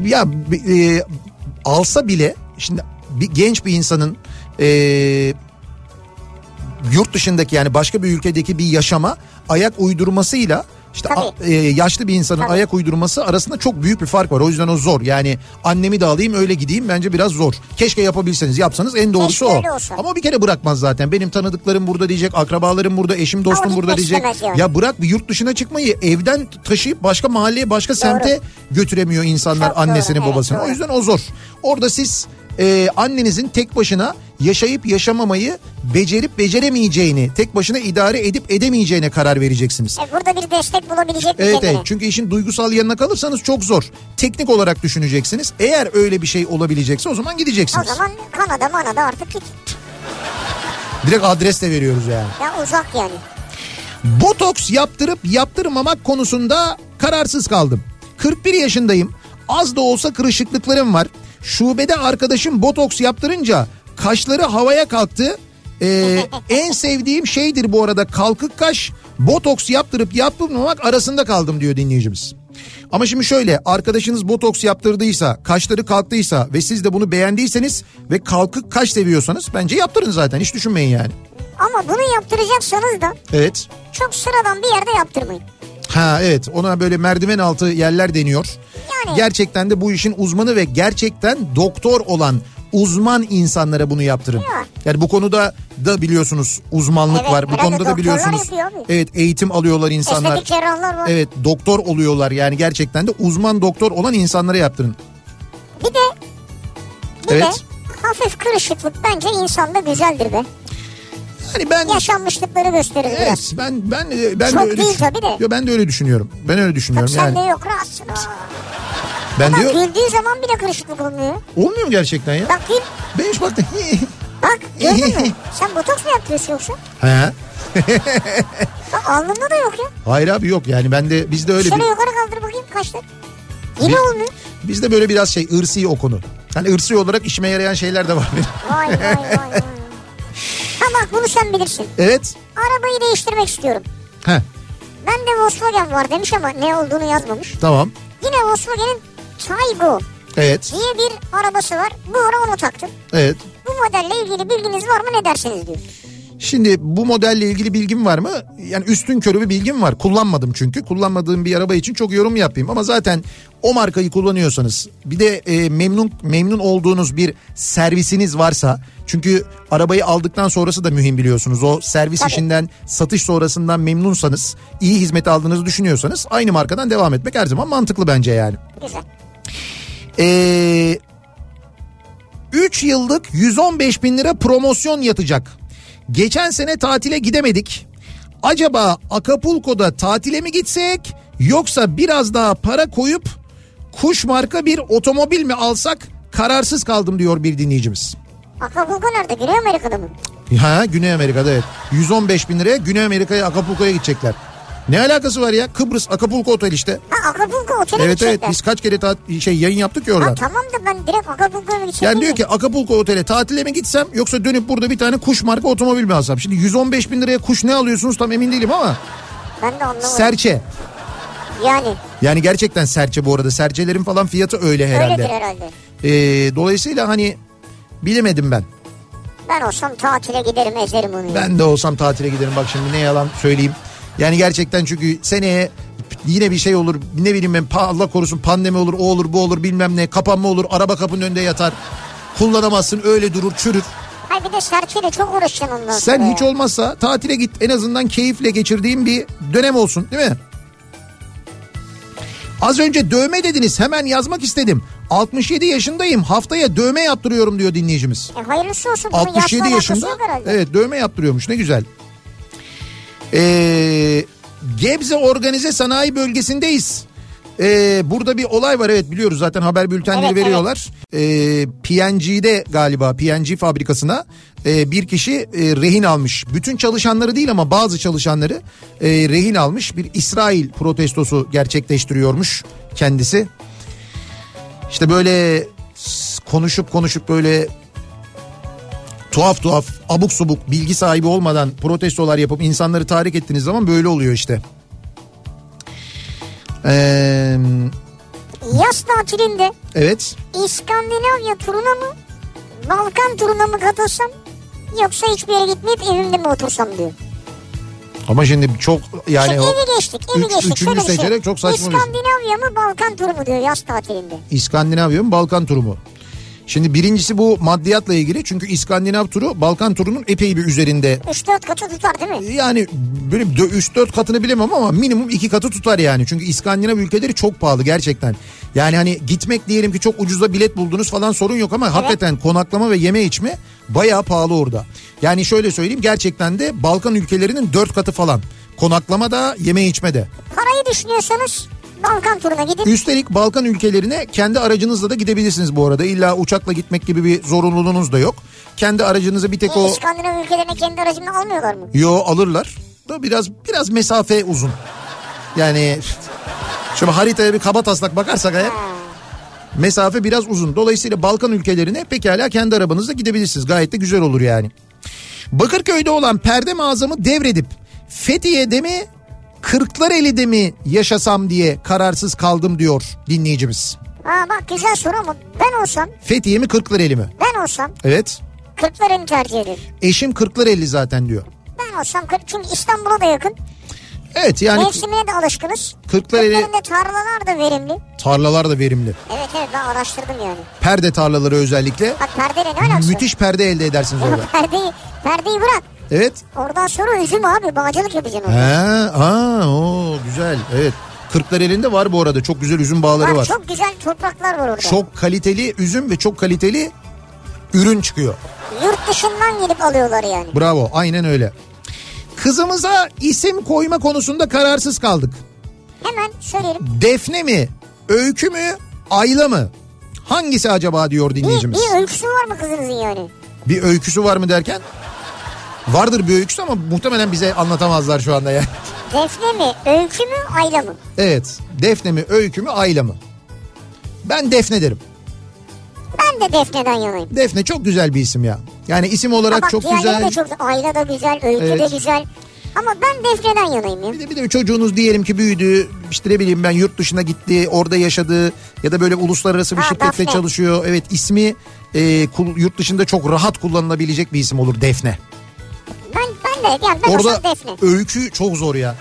Speaker 2: Ya e, alsa bile şimdi bir genç bir insanın e, yurt dışındaki yani başka bir ülkedeki bir yaşama ayak uydurmasıyla işte a-
Speaker 3: Tabii.
Speaker 2: e, yaşlı bir insanın
Speaker 3: Tabii.
Speaker 2: ayak uydurması arasında çok büyük bir fark var. O yüzden o zor. Yani annemi de alayım öyle gideyim bence biraz zor. Keşke yapabilseniz yapsanız en doğrusu
Speaker 3: Keşke
Speaker 2: o.
Speaker 3: öyle olsa.
Speaker 2: Ama bir kere bırakmaz zaten. Benim tanıdıklarım burada diyecek, akrabalarım burada, eşim dostum
Speaker 3: gitmek
Speaker 2: burada diyecek.
Speaker 3: istemez yani.
Speaker 2: Ya bırak bir yurt dışına çıkmayı evden taşıyıp başka mahalleye başka semte götüremiyor insan insanlar
Speaker 3: Çok doğru,
Speaker 2: annesini
Speaker 3: evet,
Speaker 2: babasını.
Speaker 3: doğru.
Speaker 2: O yüzden o zor. Orada siz e, annenizin tek başına yaşayıp yaşamamayı becerip beceremeyeceğini, tek başına idare edip edemeyeceğine karar vereceksiniz.
Speaker 3: E, burada bir destek bulabilecek mi
Speaker 2: Evet,
Speaker 3: kendine?
Speaker 2: evet çünkü işin duygusal yanına kalırsanız çok zor. Teknik olarak düşüneceksiniz. Eğer öyle bir şey olabilecekse o zaman
Speaker 3: O
Speaker 2: gideceksiniz.
Speaker 3: zaman Kanada manada artık git.
Speaker 2: Direkt adres de veriyoruz yani.
Speaker 3: Ya uzak yani.
Speaker 2: Botoks yaptırıp yaptırmamak konusunda kararsız kaldım. 41 yaşındayım. Az da olsa kırışıklıklarım var. Şubede arkadaşım botoks yaptırınca kaşları havaya kalktı. Ee, en sevdiğim şeydir bu arada kalkık kaş. Botoks yaptırıp yaptırmamak arasında kaldım diyor dinleyicimiz. Ama şimdi şöyle arkadaşınız botoks yaptırdıysa, kaşları kalktıysa ve siz de bunu beğendiyseniz ve kalkık kaş seviyorsanız bence yaptırın zaten hiç düşünmeyin yani.
Speaker 3: Ama bunu yaptıracaksanız da
Speaker 2: Evet.
Speaker 3: çok sıradan bir yerde yaptırmayın.
Speaker 2: Ha evet ona böyle merdiven altı yerler deniyor.
Speaker 3: Yani.
Speaker 2: Gerçekten de bu işin uzmanı ve gerçekten doktor olan uzman insanlara bunu yaptırın. Yani bu konuda da biliyorsunuz uzmanlık
Speaker 3: Evet,
Speaker 2: var. Bu
Speaker 3: herhalde
Speaker 2: konuda da
Speaker 3: doktorlar
Speaker 2: biliyorsunuz.
Speaker 3: yapıyor abi.
Speaker 2: Evet eğitim alıyorlar insanlar.
Speaker 3: Estetik cerrahlar var.
Speaker 2: Evet doktor oluyorlar yani gerçekten de uzman doktor olan insanlara yaptırın.
Speaker 3: Bir de bir
Speaker 2: Evet.
Speaker 3: de hafif kırışıklık bence insanda güzeldir be.
Speaker 2: Hani ben
Speaker 3: Yaşanmışlıkları gösterir biraz.
Speaker 2: evet ben ben ben
Speaker 3: Çok
Speaker 2: de öyle
Speaker 3: değil
Speaker 2: düşün-
Speaker 3: tabii de.
Speaker 2: Yo, ben de öyle düşünüyorum. Ben öyle
Speaker 3: Tabii
Speaker 2: düşünüyorum yani.
Speaker 3: sende yok rahatsın. Aa.
Speaker 2: Ben
Speaker 3: Bak
Speaker 2: diyor
Speaker 3: güldüğü zaman bile kırışıklık olmuyor.
Speaker 2: olmuyor mu gerçekten ya?
Speaker 3: Bak gül.
Speaker 2: Ben hiç baktım.
Speaker 3: Bak gördün mü? Sen botoks mu yapıyorsun yoksa?
Speaker 2: He.
Speaker 3: Bak alnında da yok ya.
Speaker 2: Hayır abi yok yani ben de bizde öyle bir
Speaker 3: Şöyle yukarı kaldır bakayım kaçtı. Yine
Speaker 2: Bir-
Speaker 3: olmuyor.
Speaker 2: bizde böyle biraz şey ırsi o konu. Hani ırsi olarak işime yarayan şeyler de var benim.
Speaker 3: Vay vay vay. vay. Ha bak bunu sen bilirsin.
Speaker 2: Evet.
Speaker 3: Arabayı değiştirmek istiyorum.
Speaker 2: He
Speaker 3: Ben de Volkswagen var demiş ama ne olduğunu yazmamış.
Speaker 2: tamam.
Speaker 3: Yine Volkswagen'in Taygo
Speaker 2: Evet.
Speaker 3: diye bir arabası var. Bu ara onu taktım.
Speaker 2: Evet.
Speaker 3: Bu modelle ilgili bilginiz var mı ne dersiniz diyor.
Speaker 2: Şimdi bu modelle ilgili bilgim var mı? Yani üstün körü bir bilgim var. Kullanmadım çünkü. Kullanmadığım bir araba için çok yorum yapayım. Ama zaten o markayı kullanıyorsanız bir de e, memnun memnun olduğunuz bir servisiniz varsa çünkü arabayı aldıktan sonrası da mühim biliyorsunuz. O servis
Speaker 3: Tabii.
Speaker 2: işinden satış sonrasından memnunsanız iyi hizmet aldığınızı düşünüyorsanız aynı markadan devam etmek her zaman mantıklı bence yani.
Speaker 3: Güzel.
Speaker 2: 3 Ee, yıllık 115 bin lira promosyon yatacak. Geçen sene tatile gidemedik. Acaba Acapulco'da tatile mi gitsek yoksa biraz daha para koyup kuş marka bir otomobil mi alsak kararsız kaldım diyor bir dinleyicimiz.
Speaker 3: Acapulco nerede? Güney Amerika'da mı?
Speaker 2: Ha Güney Amerika'da evet. 115 bin liraya Güney Amerika'ya Acapulco'ya gidecekler. Ne alakası var ya? Kıbrıs Acapulco otel işte.
Speaker 3: Ha Acapulco otele
Speaker 2: Evet evet
Speaker 3: gidecekler.
Speaker 2: biz kaç kere tat- şey yayın yaptık ya
Speaker 3: Ha
Speaker 2: oradan.
Speaker 3: tamam da ben direkt Acapulco'ya gidecek
Speaker 2: Yani diyor
Speaker 3: değilim.
Speaker 2: ki Acapulco Otel'e tatile mi gitsem yoksa dönüp burada bir tane kuş marka otomobil mi alsam? Şimdi 115 bin liraya kuş ne alıyorsunuz tam emin değilim ama
Speaker 3: Ben de anlamadım.
Speaker 2: serçe.
Speaker 3: Yani
Speaker 2: Yani gerçekten serçe bu arada serçelerin falan fiyatı öyle herhalde.
Speaker 3: öyledir herhalde.
Speaker 2: Ee, dolayısıyla hani bilemedim ben.
Speaker 3: Ben olsam tatile giderim ezerim onu. ya.
Speaker 2: Ben de olsam tatile giderim bak şimdi ne yalan söyleyeyim. Yani gerçekten çünkü seneye yine bir şey olur ne bileyim ben pa- Allah korusun pandemi olur o olur bu olur bilmem ne kapanma olur araba kapının önünde yatar. Kullanamazsın öyle durur çürür.
Speaker 3: Ay bir de serçeyle çok uğraşacaksın ondan
Speaker 2: Sen
Speaker 3: sonra.
Speaker 2: hiç olmazsa tatile git en azından keyifle geçirdiğin bir dönem olsun değil mi? Az önce dövme dediniz hemen yazmak istedim. 67 yaşındayım haftaya dövme yaptırıyorum diyor dinleyicimiz.
Speaker 3: E hayırlısı olsun. Bunun
Speaker 2: 67
Speaker 3: yaşla
Speaker 2: yaşında E-
Speaker 3: alakası yok herhalde.
Speaker 2: evet dövme yaptırıyormuş ne güzel. Ee, Gebze Organize Sanayi Bölgesi'ndeyiz. Ee, burada bir olay var evet biliyoruz zaten haber bültenleri
Speaker 3: Evet, evet.
Speaker 2: veriyorlar. Ee, PNG'de galiba PNG fabrikasına e, bir kişi e, rehin almış. Bütün çalışanları değil ama bazı çalışanları e, rehin almış. Bir İsrail protestosu gerçekleştiriyormuş kendisi. İşte böyle s- konuşup konuşup böyle tuhaf tuhaf abuk subuk bilgi sahibi olmadan protestolar yapıp insanları tahrik ettiğiniz zaman böyle oluyor işte. Ee,
Speaker 3: Yaz tatilinde
Speaker 2: evet.
Speaker 3: İskandinavya turuna mı Balkan turuna mı katılsam yoksa hiçbir yere gitmeyip evimde mi otursam diyor.
Speaker 2: Ama şimdi çok yani
Speaker 3: Şimdi
Speaker 2: o
Speaker 3: evi geçtik evi
Speaker 2: üç-
Speaker 3: geçtik.
Speaker 2: üçüncü
Speaker 3: Şöyle bir şey.
Speaker 2: seçenek çok saçma diyorsun.
Speaker 3: İskandinavya mı Balkan turu mu diyor yaz tatilinde.
Speaker 2: İskandinavya'nın Balkan turu mu? Şimdi birincisi bu maddiyatla ilgili çünkü İskandinav turu Balkan turunun epey bir üzerinde
Speaker 3: 3-4 katı tutar değil mi?
Speaker 2: yani böyle 3-4 katını bilemem ama minimum 2 katı tutar yani. Çünkü İskandinav ülkeleri çok pahalı gerçekten. Yani hani gitmek diyelim ki çok ucuza bilet buldunuz falan sorun yok ama hakikaten konaklama ve yeme içme bayağı pahalı orada. Yani şöyle söyleyeyim gerçekten de Balkan ülkelerinin 4 katı falan. Konaklama da yeme içme de.
Speaker 3: Parayı düşünüyorsanız Balkan turuna gidip
Speaker 2: Üstelik Balkan ülkelerine kendi aracınızla da gidebilirsiniz bu arada. İlla uçakla gitmek gibi bir zorunluluğunuz da yok. Kendi aracınızı bir tek
Speaker 3: e,
Speaker 2: o...
Speaker 3: İskandinav ülkelerine kendi aracını almıyorlar mı?
Speaker 2: Yo alırlar. Da biraz biraz mesafe uzun. Yani şimdi haritaya bir kaba taslak bakarsak eğer mesafe biraz uzun. Dolayısıyla Balkan ülkelerine pekala kendi arabanızla gidebilirsiniz. Gayet de güzel olur yani. Bakırköy'de olan perde mağazamı devredip Fethiye'de mi Kırklareli'de mi yaşasam diye kararsız kaldım diyor dinleyicimiz.
Speaker 3: Ha bak güzel soru ama ben olsam
Speaker 2: Fethiye mi Kırklareli mi?
Speaker 3: ben olsam
Speaker 2: Evet.
Speaker 3: Kırklareli'ni tercih ederim.
Speaker 2: Eşim Kırklareli zaten diyor.
Speaker 3: Ben olsam Kırk çünkü İstanbul'a da yakın.
Speaker 2: Hani Evet yani
Speaker 3: Mevsimine de alışkınız.
Speaker 2: Kırklareli
Speaker 3: Kırklareli'nde tarlalar da verimli.
Speaker 2: tarlalar da verimli.
Speaker 3: Evet evet ben araştırdım yani.
Speaker 2: perde tarlaları özellikle.
Speaker 3: Bak perdeyle ne alakası?
Speaker 2: Müthiş perde elde edersiniz orada.
Speaker 3: perdeyi, perdeyi bırak.
Speaker 2: Evet.
Speaker 3: Oradan sonra üzüm abi bağcılık yapacaksın orada.
Speaker 2: Ha, aa, o güzel. Evet. Kırklar elinde var bu arada. Çok güzel üzüm bağları
Speaker 3: Bak,
Speaker 2: var.
Speaker 3: Çok güzel topraklar var orada.
Speaker 2: Çok kaliteli üzüm ve çok kaliteli ürün çıkıyor.
Speaker 3: Yurt dışından gelip alıyorlar yani.
Speaker 2: Bravo. Aynen öyle. Kızımıza isim koyma konusunda kararsız kaldık.
Speaker 3: Hemen söyleyelim.
Speaker 2: Defne mi? Öykü mü? Ayla mı? Hangisi acaba diyor
Speaker 3: Bir,
Speaker 2: dinleyicimiz.
Speaker 3: bir öyküsü var mı kızınızın yani?
Speaker 2: Bir öyküsü var mı derken? Vardır bir öyküsü ama muhtemelen bize anlatamazlar şu anda yani.
Speaker 3: Defne mi, öykü mü, ayla mı?
Speaker 2: Evet. Defne mi, öykü mü, ayla mı? Ben Defne derim.
Speaker 3: Ben de Defne'den yanayım.
Speaker 2: Defne çok güzel bir isim ya. Yani isim
Speaker 3: Ha
Speaker 2: olarak
Speaker 3: bak
Speaker 2: çok
Speaker 3: diğerleri
Speaker 2: güzel.
Speaker 3: de çok Ayla da güzel, öykü
Speaker 2: Evet.
Speaker 3: de güzel. Ama ben Defne'den yanayım ya.
Speaker 2: Bir de, bir de çocuğunuz diyelim ki büyüdü. işte ne bileyim ben yurt dışına gitti, orada yaşadı ya da böyle uluslararası bir
Speaker 3: Ha,
Speaker 2: şirkette
Speaker 3: Defne.
Speaker 2: çalışıyor. Evet ismi e, kul- yurt dışında çok rahat kullanılabilecek bir isim olur Defne.
Speaker 3: Ben, ben de yani ben olsam
Speaker 2: orada
Speaker 3: Defne.
Speaker 2: öykü çok zor ya.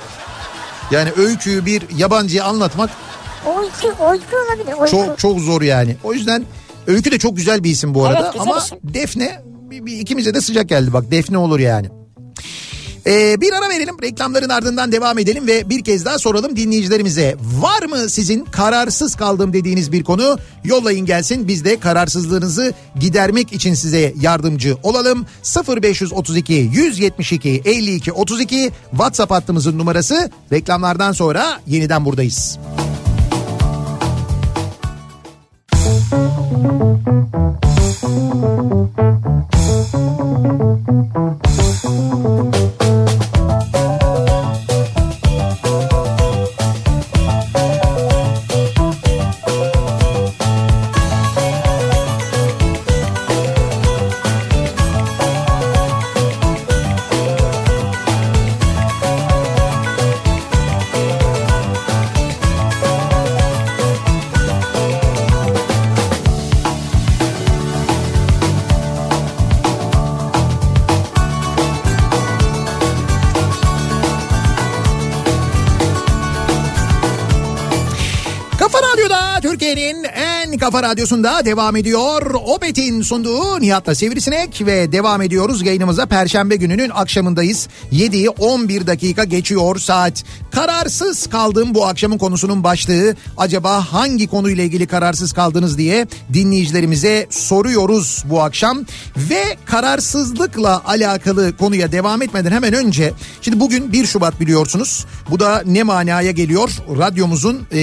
Speaker 2: Yani öyküyü bir yabancıya anlatmak
Speaker 3: Öykü, öykü olabilir. Öykü.
Speaker 2: Çok çok zor yani. O yüzden Öykü de çok güzel bir isim bu arada
Speaker 3: Evet, güzel
Speaker 2: ama
Speaker 3: isim.
Speaker 2: Defne bir, bir ikimize de sıcak geldi bak Defne olur yani. Ee, bir ara verelim reklamların ardından devam edelim ve bir kez daha soralım dinleyicilerimize. Var mı sizin kararsız kaldım dediğiniz bir konu? Yollayın gelsin biz de kararsızlığınızı gidermek için size yardımcı olalım. 0532 172 52 32 WhatsApp hattımızın numarası reklamlardan sonra yeniden buradayız. Kafa Radyo'da Türkiye'nin en kafa radyosunda devam ediyor. Opet'in sunduğu Nihat'la Sivrisinek ve devam ediyoruz yayınımıza. Perşembe gününün akşamındayız. 7'yi 11 dakika geçiyor saat. Kararsız kaldım bu akşamın konusunun başlığı. Acaba hangi konuyla ilgili kararsız kaldınız diye dinleyicilerimize soruyoruz bu akşam. Ve kararsızlıkla alakalı konuya devam etmeden hemen önce. Şimdi bugün 1 Şubat biliyorsunuz. Bu da ne manaya geliyor? Radyomuzun e,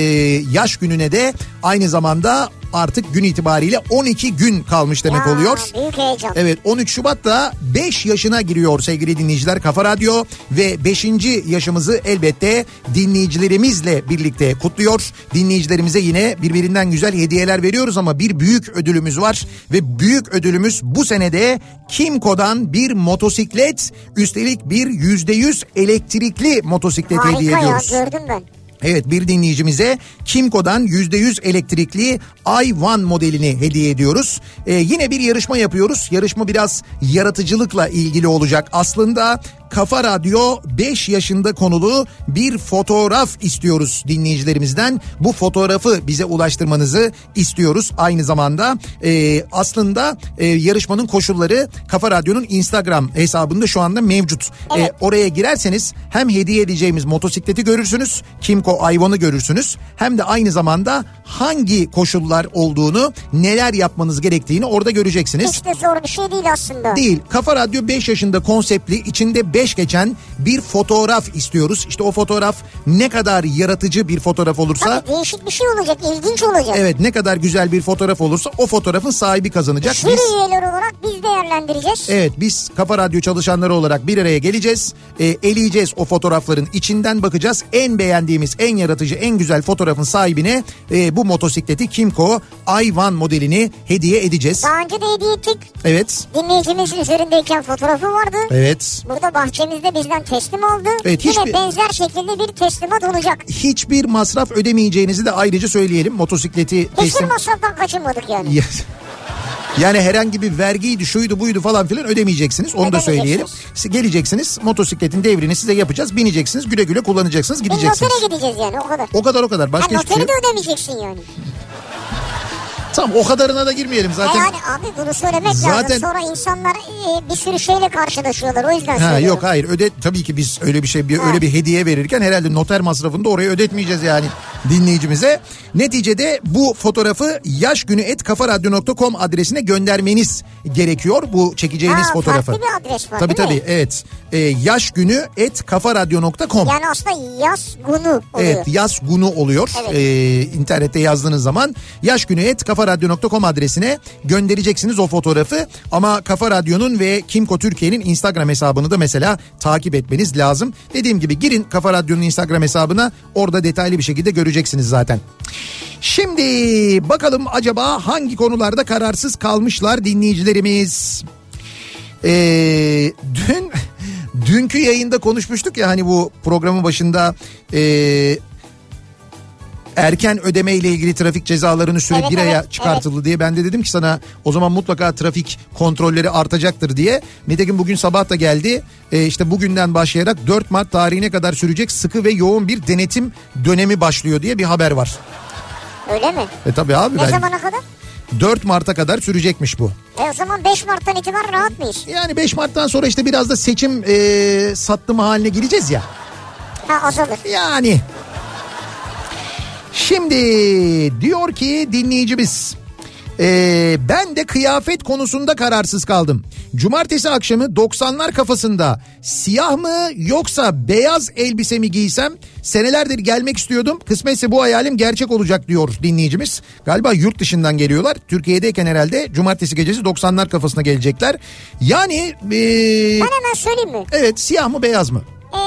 Speaker 2: yaş gününe de aynı zamanda artık gün itibariyle 12 gün kalmış demek
Speaker 3: Ya,
Speaker 2: oluyor.
Speaker 3: Büyük heyecan.
Speaker 2: Evet 13 Şubat da 5 yaşına giriyor sevgili dinleyiciler Kafa Radyo ve 5. yaşımızı elbette dinleyicilerimizle birlikte kutluyor. Dinleyicilerimize yine birbirinden güzel hediyeler veriyoruz ama bir büyük ödülümüz var ve büyük ödülümüz bu senede Kimco'dan bir motosiklet üstelik bir %100 elektrikli motosiklet hediye
Speaker 3: Harika ya
Speaker 2: ediyoruz.
Speaker 3: gördüm ben.
Speaker 2: Evet bir dinleyicimize Kimco'dan %100 elektrikli i1 modelini hediye ediyoruz. Ee, yine bir yarışma yapıyoruz. Yarışma biraz yaratıcılıkla ilgili olacak. Aslında Kafa Radyo 5 yaşında konulu bir fotoğraf istiyoruz dinleyicilerimizden. Bu fotoğrafı bize ulaştırmanızı istiyoruz. Aynı zamanda e, aslında e, yarışmanın koşulları Kafa Radyo'nun Instagram hesabında şu anda mevcut. E,
Speaker 3: Evet.
Speaker 2: oraya girerseniz hem hediye edeceğimiz motosikleti görürsünüz. Kimco Ayvan'ı görürsünüz. Hem de aynı zamanda hangi koşullar olduğunu, neler yapmanız gerektiğini orada göreceksiniz.
Speaker 3: Hiç de zor bir şey değil aslında.
Speaker 2: Değil. Kafa Radyo 5 yaşında konseptli içinde 5 geçen bir fotoğraf istiyoruz. İşte o fotoğraf ne kadar yaratıcı bir fotoğraf olursa
Speaker 3: Tabii değişik bir şey olacak, ilginç olacak.
Speaker 2: evet ne kadar güzel bir fotoğraf olursa o fotoğrafın sahibi kazanacak.
Speaker 3: Jüri
Speaker 2: Biz
Speaker 3: üyeleri olarak biz değerlendireceğiz.
Speaker 2: Evet biz Kafa Radyo çalışanları olarak bir araya geleceğiz. E, eleyeceğiz o fotoğrafların içinden bakacağız. En beğendiğimiz, en yaratıcı, en güzel fotoğrafın sahibine e, bu motosikleti Kimco i1 modelini hediye edeceğiz.
Speaker 3: Daha önce de hediye ettik.
Speaker 2: Evet.
Speaker 3: Dinleyicimiz üzerindeyken fotoğrafı vardı.
Speaker 2: Evet.
Speaker 3: Burada bahçemizde bizden teslim aldı.
Speaker 2: Evet,
Speaker 3: Yine
Speaker 2: hiçbir-
Speaker 3: benzer şekilde bir teslimat olacak.
Speaker 2: Hiçbir masraf ödemeyeceğinizi de ayrıca söyleyelim. Motosikleti
Speaker 3: Hiçbir
Speaker 2: teslim...
Speaker 3: masraftan kaçınmadık yani.
Speaker 2: Ya- Yani herhangi bir vergiydi şuydu buydu falan filan ödemeyeceksiniz. Onu da
Speaker 3: Ödemeyeceksiniz.
Speaker 2: söyleyelim. Siz geleceksiniz motosikletin devrini size yapacağız. Bineceksiniz güle güle kullanacaksınız
Speaker 3: Bir
Speaker 2: gideceksiniz.
Speaker 3: E, notere E, gideceğiz yani o kadar.
Speaker 2: O kadar o kadar
Speaker 3: Ha,
Speaker 2: başka hiçbir şey
Speaker 3: noteri
Speaker 2: yok.
Speaker 3: de ödemeyeceksin yani.
Speaker 2: Tamam o kadarına da girmeyelim
Speaker 3: E
Speaker 2: zaten.
Speaker 3: yani abi bunu söylemek
Speaker 2: Zaten-
Speaker 3: lazım. Sonra insanlar e, bir sürü şeyle karşılaşıyorlar. O yüzden
Speaker 2: Ha,
Speaker 3: söylüyorum.
Speaker 2: yok hayır öde tabii ki biz öyle bir şey bir,
Speaker 3: Ha.
Speaker 2: öyle bir hediye verirken herhalde noter masrafını da oraya ödetmeyeceğiz yani dinleyicimize. Neticede bu fotoğrafı yaş günü et kafaradyo.com adresine göndermeniz gerekiyor bu çekeceğiniz
Speaker 3: Ha,
Speaker 2: fotoğrafı.
Speaker 3: farklı bir adres var,
Speaker 2: Tabii
Speaker 3: değil mi?
Speaker 2: tabii evet. Ee, yaş günü et kafaradyo.com.
Speaker 3: Yani aslında yaz günü oluyor.
Speaker 2: Evet yaz günü oluyor.
Speaker 3: Evet.
Speaker 2: Ee, internette yazdığınız zaman yaş günü et kafaradyo.com adresine göndereceksiniz o fotoğrafı. Ama Kafa Radyo'nun ve Kimko Türkiye'nin Instagram hesabını da mesela takip etmeniz lazım. Dediğim gibi girin Kafa Radyo'nun Instagram hesabına orada detaylı bir şekilde göreceksiniz zaten. Şimdi bakalım acaba hangi konularda kararsız kalmışlar dinleyicilerimiz? Ee, dün dünkü yayında konuşmuştuk ya hani bu programın başında ee, erken ödeme ile ilgili trafik cezalarının süre
Speaker 3: Evet,
Speaker 2: bir aya
Speaker 3: evet,
Speaker 2: çıkartıldı diye ben de dedim ki sana o zaman mutlaka trafik kontrolleri artacaktır diye. Nitekim bugün sabah da geldi Ee, işte bugünden başlayarak 4 Mart tarihine kadar sürecek sıkı ve yoğun bir denetim dönemi başlıyor diye bir haber var.
Speaker 3: Öyle mi?
Speaker 2: E tabi abi
Speaker 3: Ne
Speaker 2: ben
Speaker 3: zamana kadar?
Speaker 2: 4 Mart'a kadar sürecekmiş bu.
Speaker 3: E o zaman 5 Mart'tan itibaren rahat mıyız?
Speaker 2: Yani 5 Mart'tan sonra işte biraz da seçim e, sattım haline gireceğiz ya.
Speaker 3: Ha azalır.
Speaker 2: Yani. Şimdi diyor ki dinleyicimiz. "Ee, ben de kıyafet konusunda kararsız kaldım. Cumartesi akşamı 90'lar kafasında siyah mı yoksa beyaz elbise mi giysem senelerdir gelmek istiyordum. Kısmetse bu hayalim gerçek olacak diyor dinleyicimiz. Galiba yurt dışından geliyorlar. Türkiye'deyken herhalde cumartesi gecesi 90'lar kafasına gelecekler. Yani ee,
Speaker 3: Ben hemen söyleyeyim mi?
Speaker 2: evet siyah mı beyaz mı?
Speaker 3: E,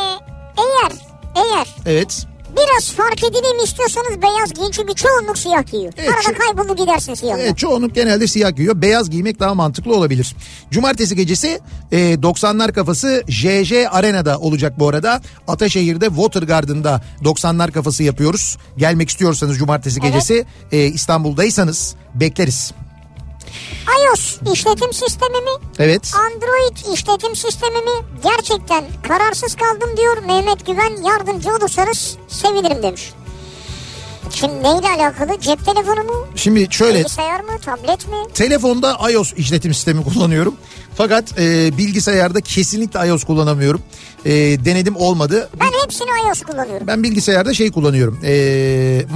Speaker 3: eğer eğer
Speaker 2: Evet.
Speaker 3: biraz fark edileyim istiyorsanız beyaz giyin çünkü çoğunluk siyah giyiyor.
Speaker 2: Evet,
Speaker 3: Arada
Speaker 2: çünkü-
Speaker 3: kayboldu gidersin siyahla.
Speaker 2: Evet, çoğunluk genelde siyah giyiyor. Beyaz giymek daha mantıklı olabilir. Cumartesi gecesi e, 90'lar kafası JJ Arena'da olacak bu arada. Ataşehir'de Water Garden'da 90'lar kafası yapıyoruz. Gelmek istiyorsanız cumartesi
Speaker 3: Evet.
Speaker 2: gecesi e, İstanbul'daysanız bekleriz.
Speaker 3: iOS işletim sistemi mi?
Speaker 2: Evet.
Speaker 3: Android işletim sistemi mi? Gerçekten kararsız kaldım diyor Mehmet Güven yardımcı olursanız sevinirim demiş. Şimdi neyle alakalı? Cep telefonu mu?
Speaker 2: Şimdi şöyle
Speaker 3: Bilgisayar mı? Tablet mi?
Speaker 2: Telefonda iOS işletim sistemi kullanıyorum. Fakat e, bilgisayarda kesinlikle iOS kullanamıyorum. E, denedim olmadı.
Speaker 3: Ben hepsini iOS kullanıyorum.
Speaker 2: Ben bilgisayarda şey kullanıyorum. E,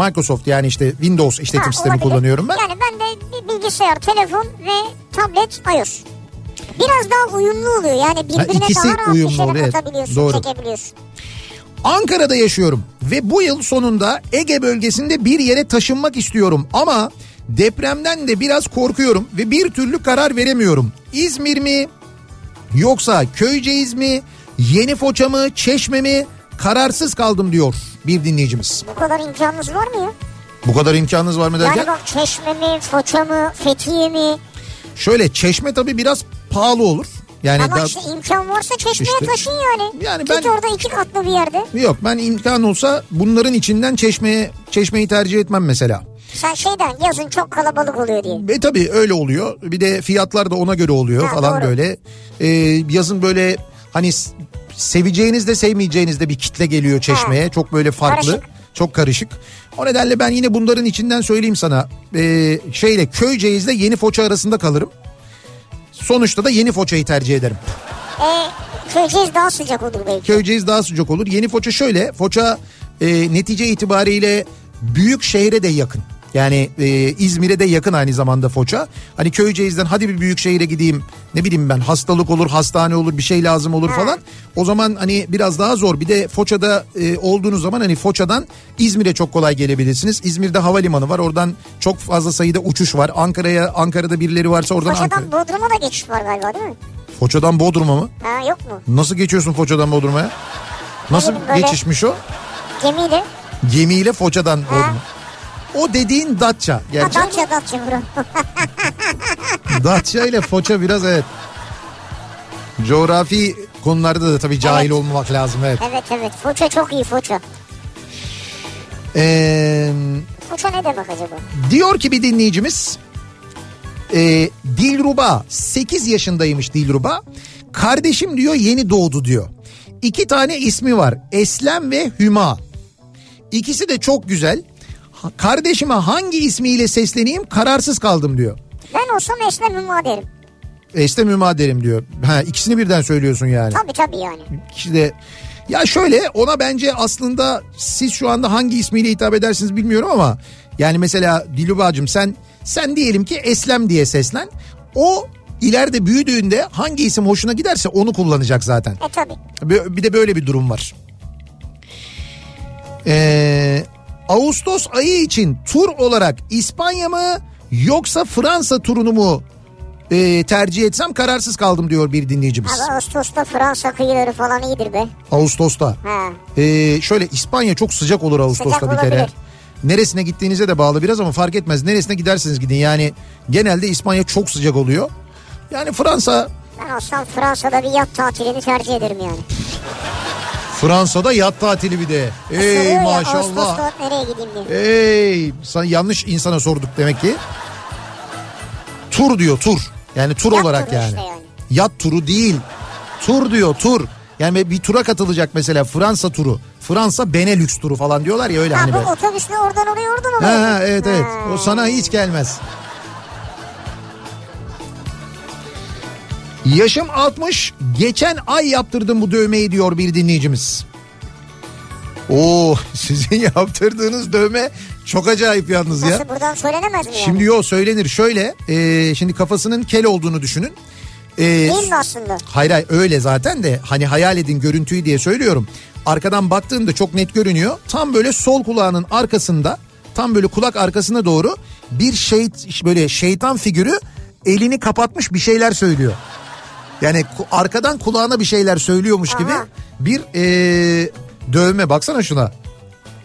Speaker 2: Microsoft yani işte Windows işletim
Speaker 3: Ha,
Speaker 2: sistemi
Speaker 3: olabilir.
Speaker 2: kullanıyorum ben.
Speaker 3: Yani ben de bi- bilgisayar, telefon ve tablet iOS. Biraz daha uyumlu oluyor. Yani birbirine
Speaker 2: ikisi
Speaker 3: daha rahat bir
Speaker 2: uyumlu
Speaker 3: şeyler
Speaker 2: oluyor, evet.
Speaker 3: atabiliyorsun,
Speaker 2: Doğru.
Speaker 3: çekebiliyorsun.
Speaker 2: Ankara'da yaşıyorum ve bu yıl sonunda Ege bölgesinde bir yere taşınmak istiyorum ama depremden de biraz korkuyorum ve bir türlü karar veremiyorum. İzmir mi yoksa Köyceğiz mi Yeni Foça mı Çeşme mi kararsız kaldım diyor bir dinleyicimiz.
Speaker 3: Bu kadar imkanınız var mı ya?
Speaker 2: Bu kadar imkanınız var mı derken?
Speaker 3: Yani bak Çeşme mi, Foça mı, Fethiye mi?
Speaker 2: Şöyle Çeşme tabii biraz pahalı olur. Yani
Speaker 3: Ama şey-
Speaker 2: daha-
Speaker 3: işte imkan varsa Çeşme'ye
Speaker 2: İşte.
Speaker 3: taşın yani.
Speaker 2: Yani
Speaker 3: Git
Speaker 2: ben-
Speaker 3: orada iki katlı bir yerde.
Speaker 2: yok ben imkan olsa bunların içinden Çeşme'ye Çeşme'yi tercih etmem mesela.
Speaker 3: Sen şeyden yazın çok kalabalık oluyor diye.
Speaker 2: Ve tabii öyle oluyor. Bir de fiyatlar da ona göre oluyor
Speaker 3: Ha,
Speaker 2: falan
Speaker 3: doğru.
Speaker 2: böyle. Ee, yazın böyle hani s- seveceğiniz de sevmeyeceğiniz de bir kitle geliyor çeşmeye. Çok böyle farklı.
Speaker 3: Karışık.
Speaker 2: Çok karışık. O nedenle ben yine bunların içinden söyleyeyim sana. Ee, şeyle Köyceğiz'le Yeni Foça arasında kalırım. Sonuçta da Yeni Foça'yı tercih ederim.
Speaker 3: E, Köyceğiz daha sıcak olur belki.
Speaker 2: Köyceğiz daha sıcak olur. Yeni Foça şöyle. Foça e, netice itibariyle büyük şehre de yakın. Yani e, İzmir'e de yakın aynı zamanda Foça. Hani Köyceğiz'den hadi bir büyük şehre gideyim. Ne bileyim ben hastalık olur, hastane olur, bir şey lazım olur falan. O zaman hani biraz daha zor. Bir de Foça'da e, olduğunuz zaman hani Foça'dan İzmir'e çok kolay gelebilirsiniz. İzmir'de havalimanı var. Oradan çok fazla sayıda uçuş var. Ankara'ya Ankara'da birileri varsa oradan Ankara.
Speaker 3: Foça'dan Bodrum'a da geçiş var galiba değil mi?
Speaker 2: Foça'dan Bodrum'a mı?
Speaker 3: Ha yok mu?
Speaker 2: Nasıl geçiyorsun Foça'dan Bodrum'a? Nasıl
Speaker 3: Hayır, Hani böyle-
Speaker 2: geçişmiş o?
Speaker 3: Gemiyle.
Speaker 2: Gemiyle Foça'dan Bodrum'a. O dediğin Datça. Gerçi
Speaker 3: Datça Datça bura.
Speaker 2: Datça ile Foça biraz evet. Coğrafi konularda da tabii cahil
Speaker 3: Evet.
Speaker 2: olmamak lazım evet.
Speaker 3: Evet evet. Foça çok iyi Foça.
Speaker 2: Ee,
Speaker 3: Foça ne demek acaba?
Speaker 2: diyor ki bir dinleyicimiz e, Dilruba 8 yaşındaymış Dilruba. Kardeşim diyor yeni doğdu diyor. İki tane ismi var Eslem ve Hüma. İkisi de çok güzel. Ha- Kardeşime hangi ismiyle sesleneyim kararsız kaldım diyor.
Speaker 3: Ben olsam Esra Mümma derim.
Speaker 2: Eslem Hüma derim E, diyor. Ha, ikisini birden söylüyorsun yani.
Speaker 3: Tabii tabii yani.
Speaker 2: İkisi de ya şöyle ona bence aslında siz şu anda hangi ismiyle hitap edersiniz bilmiyorum ama yani mesela Dilubacım sen sen diyelim ki Eslem diye seslen. O ileride büyüdüğünde hangi isim hoşuna giderse onu kullanacak zaten.
Speaker 3: E tabii.
Speaker 2: Bö- Bir de böyle bir durum var. Ee, Ağustos ayı için tur olarak İspanya mı yoksa Fransa turunu mu e, tercih etsem kararsız kaldım diyor bir dinleyicimiz.
Speaker 3: Abi Ağustos'ta Fransa kıyıları falan iyidir be.
Speaker 2: Ağustos'ta.
Speaker 3: Ha.
Speaker 2: Ee, şöyle İspanya çok sıcak olur Ağustos'ta
Speaker 3: Sıcak
Speaker 2: bir kere.
Speaker 3: olabilir.
Speaker 2: Neresine gittiğinize de bağlı biraz ama fark etmez. Neresine giderseniz gidin yani genelde İspanya çok sıcak oluyor. Yani Fransa
Speaker 3: Ben olsam Fransa'da bir yat tatilini tercih ederim yani.
Speaker 2: Fransa'da yat tatili bir de.
Speaker 3: Soruyor
Speaker 2: Ey
Speaker 3: ya,
Speaker 2: maşallah.
Speaker 3: Ağustos'ta nereye gideyim diye.
Speaker 2: Ey sen yanlış insana sorduk demek ki. Tur diyor tur. Yani tur
Speaker 3: Yat
Speaker 2: olarak
Speaker 3: turu
Speaker 2: yani.
Speaker 3: işte yani.
Speaker 2: Yat turu değil. Tur diyor tur. Yani bir tura katılacak mesela Fransa turu. Fransa Benelux turu falan diyorlar ya öyle
Speaker 3: Ha
Speaker 2: hani
Speaker 3: bu
Speaker 2: böyle.
Speaker 3: otobüsle oradan oraya oradan
Speaker 2: Ha,
Speaker 3: oraya.
Speaker 2: ha, evet evet.
Speaker 3: Ha.
Speaker 2: O sana hiç gelmez. Yaşım 60. Geçen ay yaptırdım bu dövmeyi diyor bir dinleyicimiz. Oo sizin yaptırdığınız dövme çok acayip yalnız ya.
Speaker 3: Nasıl buradan söylenemez mi
Speaker 2: Şimdi yo söylenir. Şöyle e, şimdi kafasının kel olduğunu düşünün. E,
Speaker 3: yani? Değil mi aslında?
Speaker 2: Hayır hayır öyle zaten de hani hayal edin görüntüyü diye söylüyorum. Arkadan baktığında çok net görünüyor. Tam böyle sol kulağının arkasında tam böyle kulak arkasına doğru bir şey böyle şeytan figürü elini kapatmış bir şeyler söylüyor. Yani ku- arkadan kulağına bir şeyler söylüyormuş gibi
Speaker 3: Aha.
Speaker 2: bir e, dövme baksana şuna.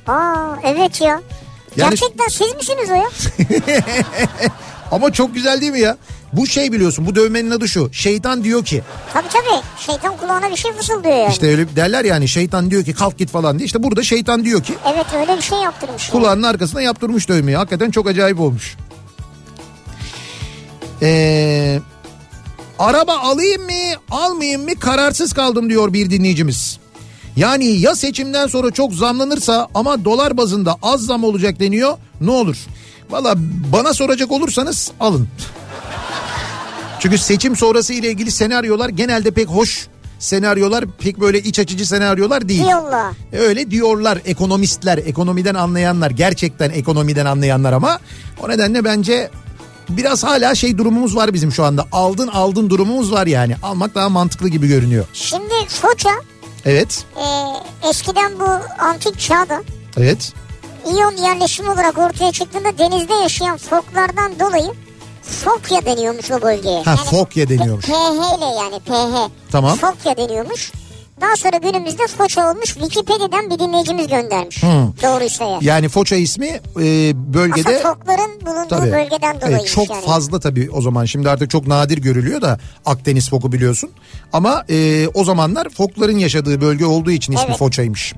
Speaker 3: Aa evet ya. Gerçekten siz misiniz o ya?
Speaker 2: Ama çok güzel değil mi ya? Bu şey biliyorsun bu dövmenin adı şu. Şeytan diyor ki
Speaker 3: tabii tabii. Şeytan kulağına bir şey fısıldıyor yani.
Speaker 2: işte öyle derler yani şeytan diyor ki kalk git falan diye. İşte burada şeytan diyor ki
Speaker 3: Evet öyle bir şey yaptırmış.
Speaker 2: kulağının arkasına yaptırmış dövmeyi. Hakikaten çok acayip olmuş. Ee, araba alayım mı almayayım mı kararsız kaldım diyor bir dinleyicimiz. Yani ya seçimden sonra çok zamlanırsa ama dolar bazında az zam olacak deniyor ne olur? Valla bana soracak olursanız alın. Çünkü seçim sonrası ile ilgili senaryolar genelde pek hoş senaryolar pek böyle iç açıcı senaryolar değil. E,
Speaker 3: Yolla.
Speaker 2: Öyle diyorlar ekonomistler, ekonomiden anlayanlar, gerçekten ekonomiden anlayanlar ama o nedenle bence biraz hala şey durumumuz var bizim şu anda. Aldın aldın durumumuz var yani. Almak daha mantıklı gibi görünüyor.
Speaker 3: Şimdi Foça
Speaker 2: Evet.
Speaker 3: e, eskiden bu antik çağda
Speaker 2: Evet.
Speaker 3: iyon yerleşimi olarak ortaya çıktığında denizde yaşayan foklardan dolayı Fokya deniyormuş o bölgeye.
Speaker 2: Ha Fokya deniyormuş.
Speaker 3: PH ile yani PH.
Speaker 2: Tamam.
Speaker 3: Fokya deniyormuş. Daha sonra günümüzde Foça olmuş. Wikipedia'dan bir dinleyicimiz göndermiş.
Speaker 2: Hmm.
Speaker 3: Doğruysa ya.
Speaker 2: Yani Foça ismi e,
Speaker 3: Aslında
Speaker 2: bölgede
Speaker 3: fokların bulunduğu
Speaker 2: tabii
Speaker 3: bölgeden dolayı.
Speaker 2: Evet, çok
Speaker 3: yani.
Speaker 2: fazla tabii o zaman. Şimdi artık çok nadir görülüyor da Akdeniz foku biliyorsun. Ama e, o zamanlar fokların yaşadığı bölge olduğu için ismi
Speaker 3: Evet.
Speaker 2: Foça'ymış.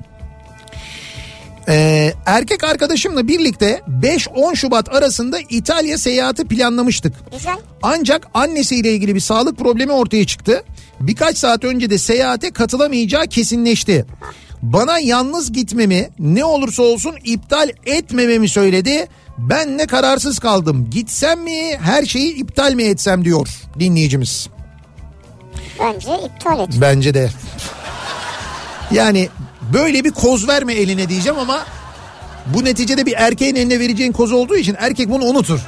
Speaker 2: Ee, erkek arkadaşımla birlikte 5-10 Şubat arasında İtalya seyahati planlamıştık.
Speaker 3: Güzel.
Speaker 2: Ancak annesiyle ilgili bir sağlık problemi ortaya çıktı. Birkaç saat önce de seyahate katılamayacağı kesinleşti. Bana yalnız gitmemi ne olursa olsun iptal etmememi söyledi. Ben ne kararsız kaldım. Gitsem mi her şeyi iptal mi etsem diyor dinleyicimiz.
Speaker 3: Bence iptal et.
Speaker 2: Bence de. Yani böyle bir koz verme eline diyeceğim ama bu neticede bir erkeğin eline vereceğin koz olduğu için erkek bunu unutur.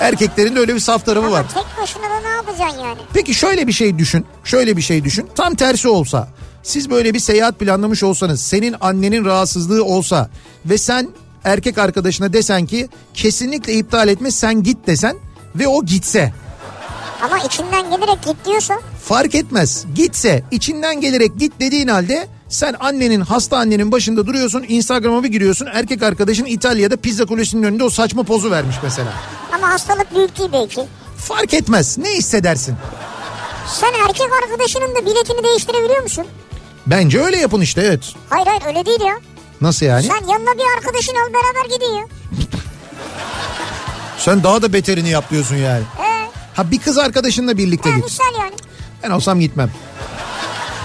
Speaker 2: Erkeklerin de öyle bir saf tarafı var.
Speaker 3: Ama tek başına da ne yapacaksın yani?
Speaker 2: Peki şöyle bir şey düşün. Şöyle bir şey düşün. Tam tersi olsa. Siz böyle bir seyahat planlamış olsanız, senin annenin rahatsızlığı olsa ve sen erkek arkadaşına desen ki kesinlikle iptal etme sen git desen ve o gitse.
Speaker 3: Ama içinden gelerek git diyorsa
Speaker 2: Fark etmez. Gitse içinden gelerek git dediğin halde sen annenin hasta annenin başında duruyorsun Instagram'a bir giriyorsun erkek arkadaşın İtalya'da pizza kulesinin önünde o saçma pozu vermiş mesela.
Speaker 3: ama hastalık büyük değil belki.
Speaker 2: Fark etmez ne hissedersin?
Speaker 3: Sen erkek arkadaşının da biletini değiştirebiliyor musun?
Speaker 2: Bence öyle yapın işte evet.
Speaker 3: Hayır hayır öyle değil ya.
Speaker 2: Nasıl yani?
Speaker 3: Sen yanına bir arkadaşını al beraber gidin ya.
Speaker 2: Sen daha da beterini yap diyorsun yani.
Speaker 3: Ee,
Speaker 2: Ha bir kız arkadaşınla birlikte
Speaker 3: ha,
Speaker 2: git.
Speaker 3: misal yani.
Speaker 2: Ben olsam gitmem.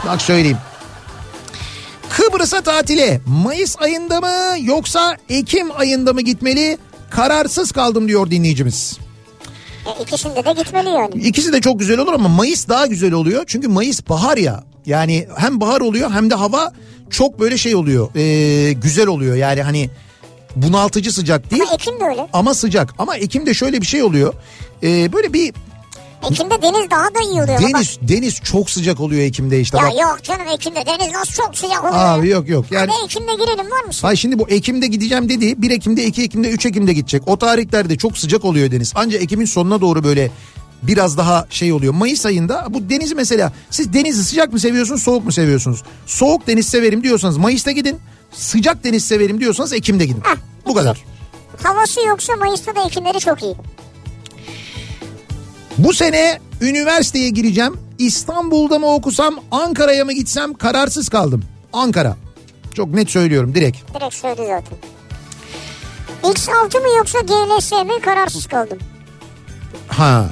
Speaker 2: Bak söyleyeyim. Kıbrıs'a tatile Mayıs ayında mı yoksa Ekim ayında mı gitmeli? Kararsız kaldım diyor dinleyicimiz.
Speaker 3: E, ikisinde de gitmeli yani.
Speaker 2: İkisi de çok güzel olur ama Mayıs daha güzel oluyor. Çünkü Mayıs bahar ya. Yani hem bahar oluyor hem de hava çok böyle şey oluyor. ee, güzel oluyor yani hani bunaltıcı sıcak değil
Speaker 3: Ama Ekim de öyle.
Speaker 2: ama sıcak. Ama Ekim'de şöyle bir şey oluyor. Ee, böyle bir
Speaker 3: Ekim'de deniz daha da iyi oluyor.
Speaker 2: deniz deniz çok sıcak oluyor Ekim'de işte.
Speaker 3: Bak.
Speaker 2: Bak,
Speaker 3: Ya yok canım Ekim'de deniz nasıl çok sıcak oluyor.
Speaker 2: Abi
Speaker 3: ya.
Speaker 2: yok yok. Yani
Speaker 3: Hadi Ekim'de girelim var mısın?
Speaker 2: Hayır şimdi bu Ekim'de gideceğim dediği 1 Ekim'de 2 Ekim'de 3 Ekim'de gidecek. O tarihlerde çok sıcak oluyor deniz. Ancak Ekim'in sonuna doğru böyle biraz daha şey oluyor. Mayıs ayında bu denizi mesela siz denizi sıcak mı seviyorsunuz soğuk mu seviyorsunuz? Soğuk deniz severim diyorsanız Mayıs'ta gidin. Sıcak deniz severim diyorsanız Ekim'de gidin.
Speaker 3: Heh,
Speaker 2: Bu kadar.
Speaker 3: Havası yoksa Mayıs'ta da Ekimleri çok iyi.
Speaker 2: Bu sene üniversiteye gireceğim. İstanbul'da mı okusam Ankara'ya mı gitsem kararsız kaldım. Ankara. Çok net söylüyorum direkt.
Speaker 3: Direkt söyledi zaten. X6 mı yoksa GLS mi kararsız kaldım.
Speaker 2: Ha.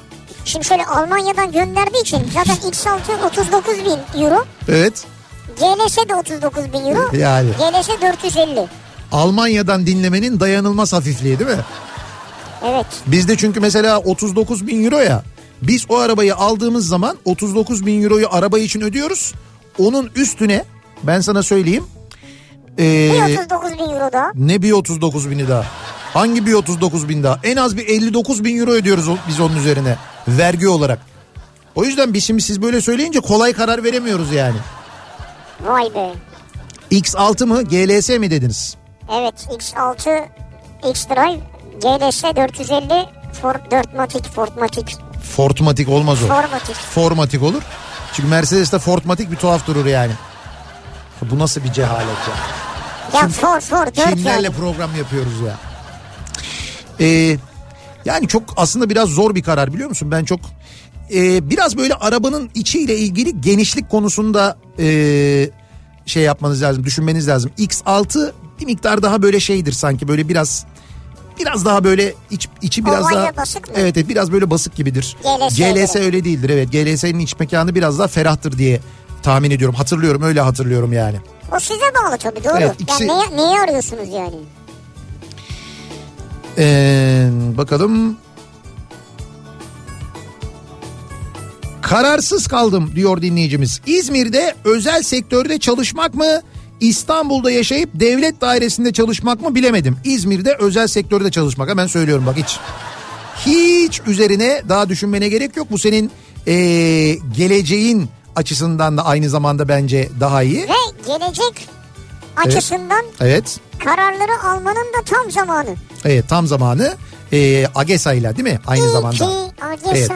Speaker 3: Şimdi şöyle Almanya'dan gönderdiği için zaten X6 39 bin euro.
Speaker 2: Evet.
Speaker 3: GLS de 39 bin euro.
Speaker 2: Yani.
Speaker 3: GLS 450.
Speaker 2: Almanya'dan dinlemenin dayanılmaz hafifliği değil mi?
Speaker 3: Evet.
Speaker 2: Bizde çünkü mesela 39 bin euro ya. Biz o arabayı aldığımız zaman 39 bin euroyu araba için ödüyoruz. Onun üstüne ben sana söyleyeyim. ee,
Speaker 3: Bir 39 bin euro daha.
Speaker 2: ne bir 39 bini daha? Hangi bir 39 bin daha? En az bir 59 bin euro ödüyoruz o- biz onun üzerine. Vergi olarak. O yüzden biz şimdi siz böyle söyleyince kolay karar veremiyoruz yani.
Speaker 3: Vay be.
Speaker 2: X6 mı GLS mi dediniz?
Speaker 3: Evet X6 X-Drive GLS 450 Ford 4matic Fordmatic
Speaker 2: Fortmatik olmaz o.
Speaker 3: Formatic.
Speaker 2: Formatik olur. Çünkü Mercedes'te Formatik bir tuhaf durur yani. Bu nasıl bir cehalet ya?
Speaker 3: Ya Ford Ford 4
Speaker 2: Kimlerle
Speaker 3: yani.
Speaker 2: program yapıyoruz ya? Ee, yani çok aslında biraz zor bir karar biliyor musun? Ben çok e, biraz böyle arabanın içiyle ilgili genişlik konusunda e, şey yapmanız lazım, düşünmeniz lazım. X6 bir miktar daha böyle şeydir sanki böyle biraz biraz daha böyle iç, içi biraz
Speaker 3: Ovalya
Speaker 2: daha
Speaker 3: basık mı?
Speaker 2: evet evet biraz böyle basık gibidir.
Speaker 3: GLS
Speaker 2: GLS öyle değildir evet. GLS'nin iç mekanı biraz daha ferahtır diye tahmin ediyorum. Hatırlıyorum öyle hatırlıyorum yani.
Speaker 3: O size bağlı tabii doğru.
Speaker 2: Evet, ikisi-
Speaker 3: Yani neye, neye arıyorsunuz yani?
Speaker 2: Ee, bakalım. Kararsız kaldım diyor dinleyicimiz. İzmir'de özel sektörde çalışmak mı? İstanbul'da yaşayıp devlet dairesinde çalışmak mı bilemedim. İzmir'de özel sektörde çalışmak hemen söylüyorum bak hiç. Hiç üzerine daha düşünmene gerek yok. Bu senin ee, geleceğin açısından da aynı zamanda bence daha iyi.
Speaker 3: Ve gelecek açısından
Speaker 2: Evet.
Speaker 3: kararları almanın da tam zamanı.
Speaker 2: Evet tam zamanı ee, AGESA ile değil mi? Aynı zamanda.
Speaker 3: İyi ki
Speaker 2: Evet.
Speaker 3: Agesa.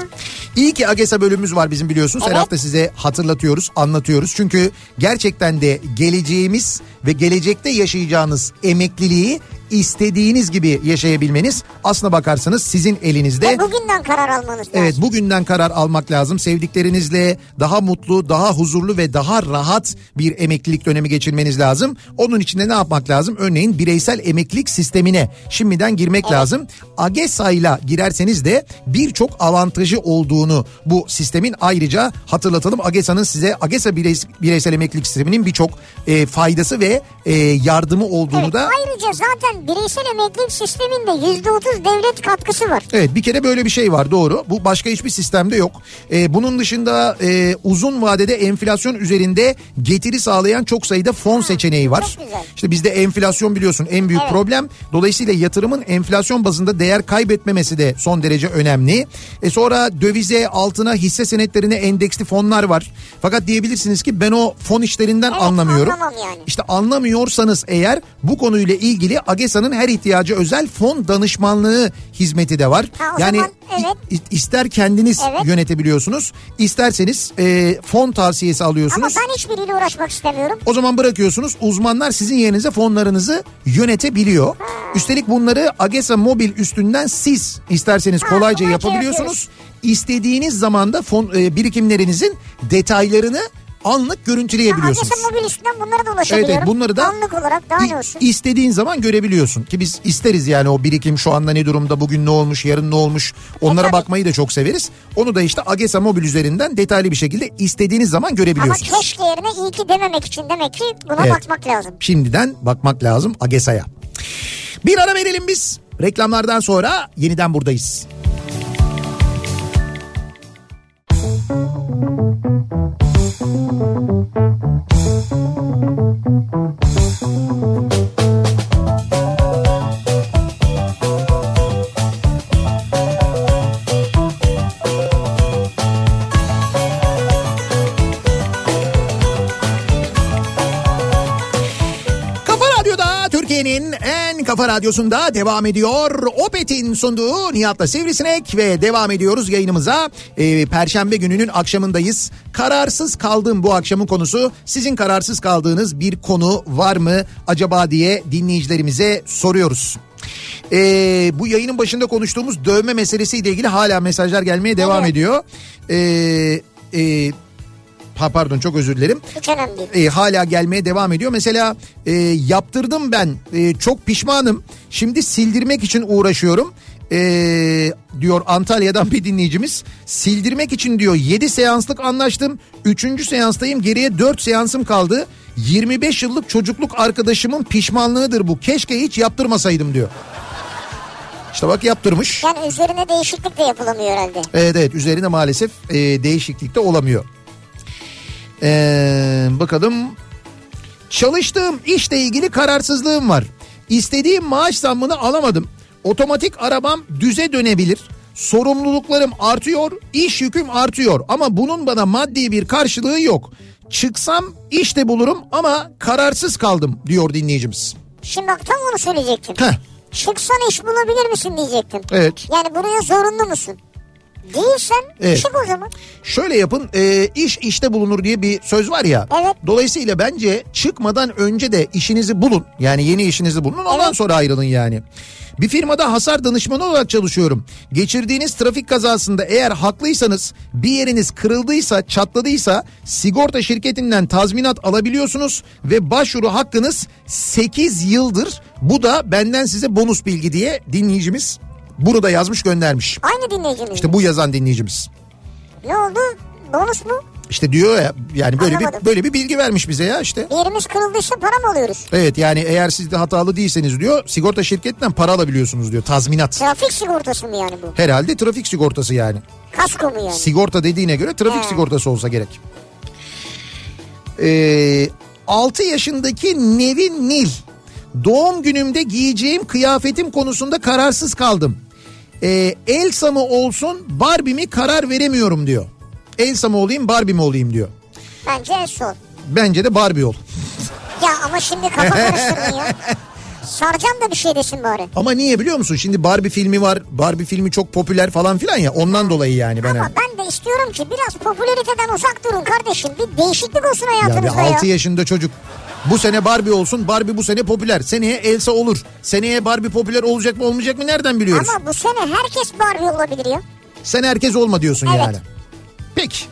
Speaker 2: İyi ki AGESA bölümümüz var bizim biliyorsunuz. Her
Speaker 3: Evet.
Speaker 2: hafta size hatırlatıyoruz, anlatıyoruz. Çünkü gerçekten de geleceğimiz ve gelecekte yaşayacağınız emekliliği istediğiniz gibi yaşayabilmeniz aslına bakarsanız sizin elinizde.
Speaker 3: Ve E, bugünden karar almanız lazım.
Speaker 2: Evet bugünden karar almak lazım. Sevdiklerinizle daha mutlu, daha huzurlu ve daha rahat bir emeklilik dönemi geçirmeniz lazım. Onun için de ne yapmak lazım? Örneğin bireysel emeklilik sistemine şimdiden girmek lazım. AGESA ile girerseniz de birçok avantajı olduğunu bu sistemin ayrıca hatırlatalım. AGESA'nın size AGESA bireys- bireysel emeklilik sisteminin birçok e, faydası ve e, yardımı olduğunu
Speaker 3: Evet,
Speaker 2: da
Speaker 3: Ayrıca zaten bireysel emeklilik sisteminde %30 devlet katkısı var.
Speaker 2: Evet bir kere böyle bir şey var doğru. Bu başka hiçbir sistemde yok. Ee, bunun dışında e, uzun vadede enflasyon üzerinde getiri sağlayan çok sayıda fon seçeneği var.
Speaker 3: çok güzel.
Speaker 2: İşte bizde enflasyon biliyorsun en büyük
Speaker 3: Evet.
Speaker 2: problem. Dolayısıyla yatırımın enflasyon bazında değer kaybetmemesi de son derece önemli. E sonra dövize, altına, hisse senetlerine endeksli fonlar var. Fakat diyebilirsiniz ki ben o fon işlerinden
Speaker 3: Evet,
Speaker 2: anlamıyorum.
Speaker 3: anlamam yani.
Speaker 2: İşte anlamıyorsanız eğer bu konuyla ilgili AGESA'nın her ihtiyacı özel fon danışmanlığı hizmeti de var.
Speaker 3: Ha, o
Speaker 2: yani
Speaker 3: zaman evet.
Speaker 2: i- i- ister kendiniz
Speaker 3: Evet.
Speaker 2: yönetebiliyorsunuz, isterseniz e, fon tavsiyesi
Speaker 3: Ama
Speaker 2: alıyorsunuz.
Speaker 3: ben hiçbiriyle uğraşmak istemiyorum.
Speaker 2: O zaman bırakıyorsunuz uzmanlar sizin yerinize fonlarınızı yönetebiliyor. Üstelik bunları AGESA mobil üstünden siz isterseniz
Speaker 3: Ha,
Speaker 2: kolayca
Speaker 3: kolayca
Speaker 2: yapabiliyorsunuz.
Speaker 3: yapıyoruz.
Speaker 2: İstediğiniz zamanda fon e, birikimlerinizin detaylarını anlık görüntüleyebiliyorsunuz.
Speaker 3: Agesa mobil üstünden bunlara da
Speaker 2: Evet,
Speaker 3: ulaşabiliyorum.
Speaker 2: evet bunları da
Speaker 3: Anlık olarak daha
Speaker 2: i-
Speaker 3: ne olsun.
Speaker 2: istediğin zaman görebiliyorsun ki biz isteriz yani o birikim şu anda ne durumda bugün ne olmuş yarın ne olmuş onlara
Speaker 3: tabii.
Speaker 2: bakmayı da çok severiz. Onu da işte AGESA mobil üzerinden detaylı bir şekilde istediğiniz zaman
Speaker 3: Ama
Speaker 2: görebiliyorsunuz.
Speaker 3: keşke yerine iyi ki dememek için demek ki buna
Speaker 2: Evet.
Speaker 3: bakmak lazım.
Speaker 2: Şimdiden bakmak lazım AGESA'ya. Bir ara verelim biz reklamlardan sonra yeniden buradayız. Kafa Radyo'da Türkiye'nin en kafa radyosunda devam ediyor. Opet'in sunduğu Nihat'la Sivrisinek ve devam ediyoruz yayınımıza. Ee, Perşembe gününün akşamındayız. Kararsız kaldım bu akşamın konusu. Sizin kararsız kaldığınız bir konu var mı acaba diye dinleyicilerimize soruyoruz. Ee, bu yayının başında konuştuğumuz dövme meselesiyle ilgili hala mesajlar gelmeye devam
Speaker 3: Evet.
Speaker 2: ediyor. Ee, e, pa- pardon çok özür dilerim
Speaker 3: Hiç önemli değil.
Speaker 2: e, hala gelmeye devam ediyor. Mesela e, yaptırdım ben e, çok pişmanım şimdi sildirmek için uğraşıyorum E, diyor Antalya'dan bir dinleyicimiz. Sildirmek için diyor 7 seanslık anlaştım 3. seanstayım geriye 4 seansım kaldı. 25 yıllık çocukluk arkadaşımın pişmanlığıdır bu keşke hiç yaptırmasaydım diyor. İşte bak yaptırmış.
Speaker 3: Yani üzerine değişiklik de yapılamıyor herhalde.
Speaker 2: Evet evet üzerine maalesef e, değişiklik de olamıyor. Ee, bakalım. Çalıştığım işle ilgili kararsızlığım var. İstediğim maaş zammını alamadım. Otomatik arabam düze dönebilir. Sorumluluklarım artıyor, iş yüküm artıyor ama bunun bana maddi bir karşılığı yok. Çıksam işte bulurum ama kararsız kaldım diyor dinleyicimiz.
Speaker 3: Şimdi bak tam onu söyleyecektim.
Speaker 2: Heh,
Speaker 3: Çıksan iş bulabilir misin diyecektim.
Speaker 2: evet.
Speaker 3: Yani buraya zorunlu musun? Değilsen
Speaker 2: Evet.
Speaker 3: çık o zaman.
Speaker 2: Şöyle yapın e, iş işte bulunur diye bir söz var ya.
Speaker 3: Evet.
Speaker 2: Dolayısıyla bence çıkmadan önce de işinizi bulun. Yani yeni işinizi bulun ondan
Speaker 3: Evet.
Speaker 2: sonra ayrılın yani. Bir firmada hasar danışmanı olarak çalışıyorum. Geçirdiğiniz trafik kazasında eğer haklıysanız bir yeriniz kırıldıysa çatladıysa sigorta şirketinden tazminat alabiliyorsunuz ve başvuru hakkınız 8 yıldır. Bu da benden size bonus bilgi diye dinleyicimiz bunu da yazmış göndermiş.
Speaker 3: Aynı dinleyicimiz.
Speaker 2: İşte bu yazan dinleyicimiz.
Speaker 3: Ne oldu? Bonus mu?
Speaker 2: İşte diyor ya yani böyle
Speaker 3: Anlamadım.
Speaker 2: bir böyle bir bilgi vermiş bize ya işte.
Speaker 3: Bir yerimiz kırıldıysa para mı alıyoruz?
Speaker 2: Evet yani eğer siz de hatalı değilseniz diyor sigorta şirketinden para alabiliyorsunuz diyor tazminat.
Speaker 3: Trafik sigortası mı yani bu?
Speaker 2: Herhalde trafik sigortası yani.
Speaker 3: Kasko mu yani?
Speaker 2: Sigorta dediğine göre trafik
Speaker 3: He.
Speaker 2: sigortası olsa gerek. Ee, 6 yaşındaki Nevin Nil. Doğum günümde giyeceğim kıyafetim konusunda kararsız kaldım. Ee, Elsa mı olsun Barbie mi karar veremiyorum diyor. Elsa mı olayım Barbie mi olayım diyor.
Speaker 3: Bence en son.
Speaker 2: Bence de Barbie ol.
Speaker 3: Ya ama şimdi kafa karıştırdın ya. Sarcan da bir şey desin bari.
Speaker 2: Ama niye biliyor musun? Şimdi Barbie filmi var. Barbie filmi çok popüler falan filan ya. Ondan dolayı yani ben.
Speaker 3: Ama ben de istiyorum ki biraz popülariteden uzak durun kardeşim. Bir değişiklik olsun
Speaker 2: Ya bir
Speaker 3: hayatınızda ya.
Speaker 2: 6 yaşında çocuk. Bu sene Barbie olsun. Barbie bu sene popüler. Seneye Elsa olur. Seneye Barbie popüler olacak mı olmayacak mı nereden biliyoruz?
Speaker 3: Ama bu sene herkes Barbie olabilir ya.
Speaker 2: Sen herkes olma diyorsun
Speaker 3: Evet.
Speaker 2: yani. Peki.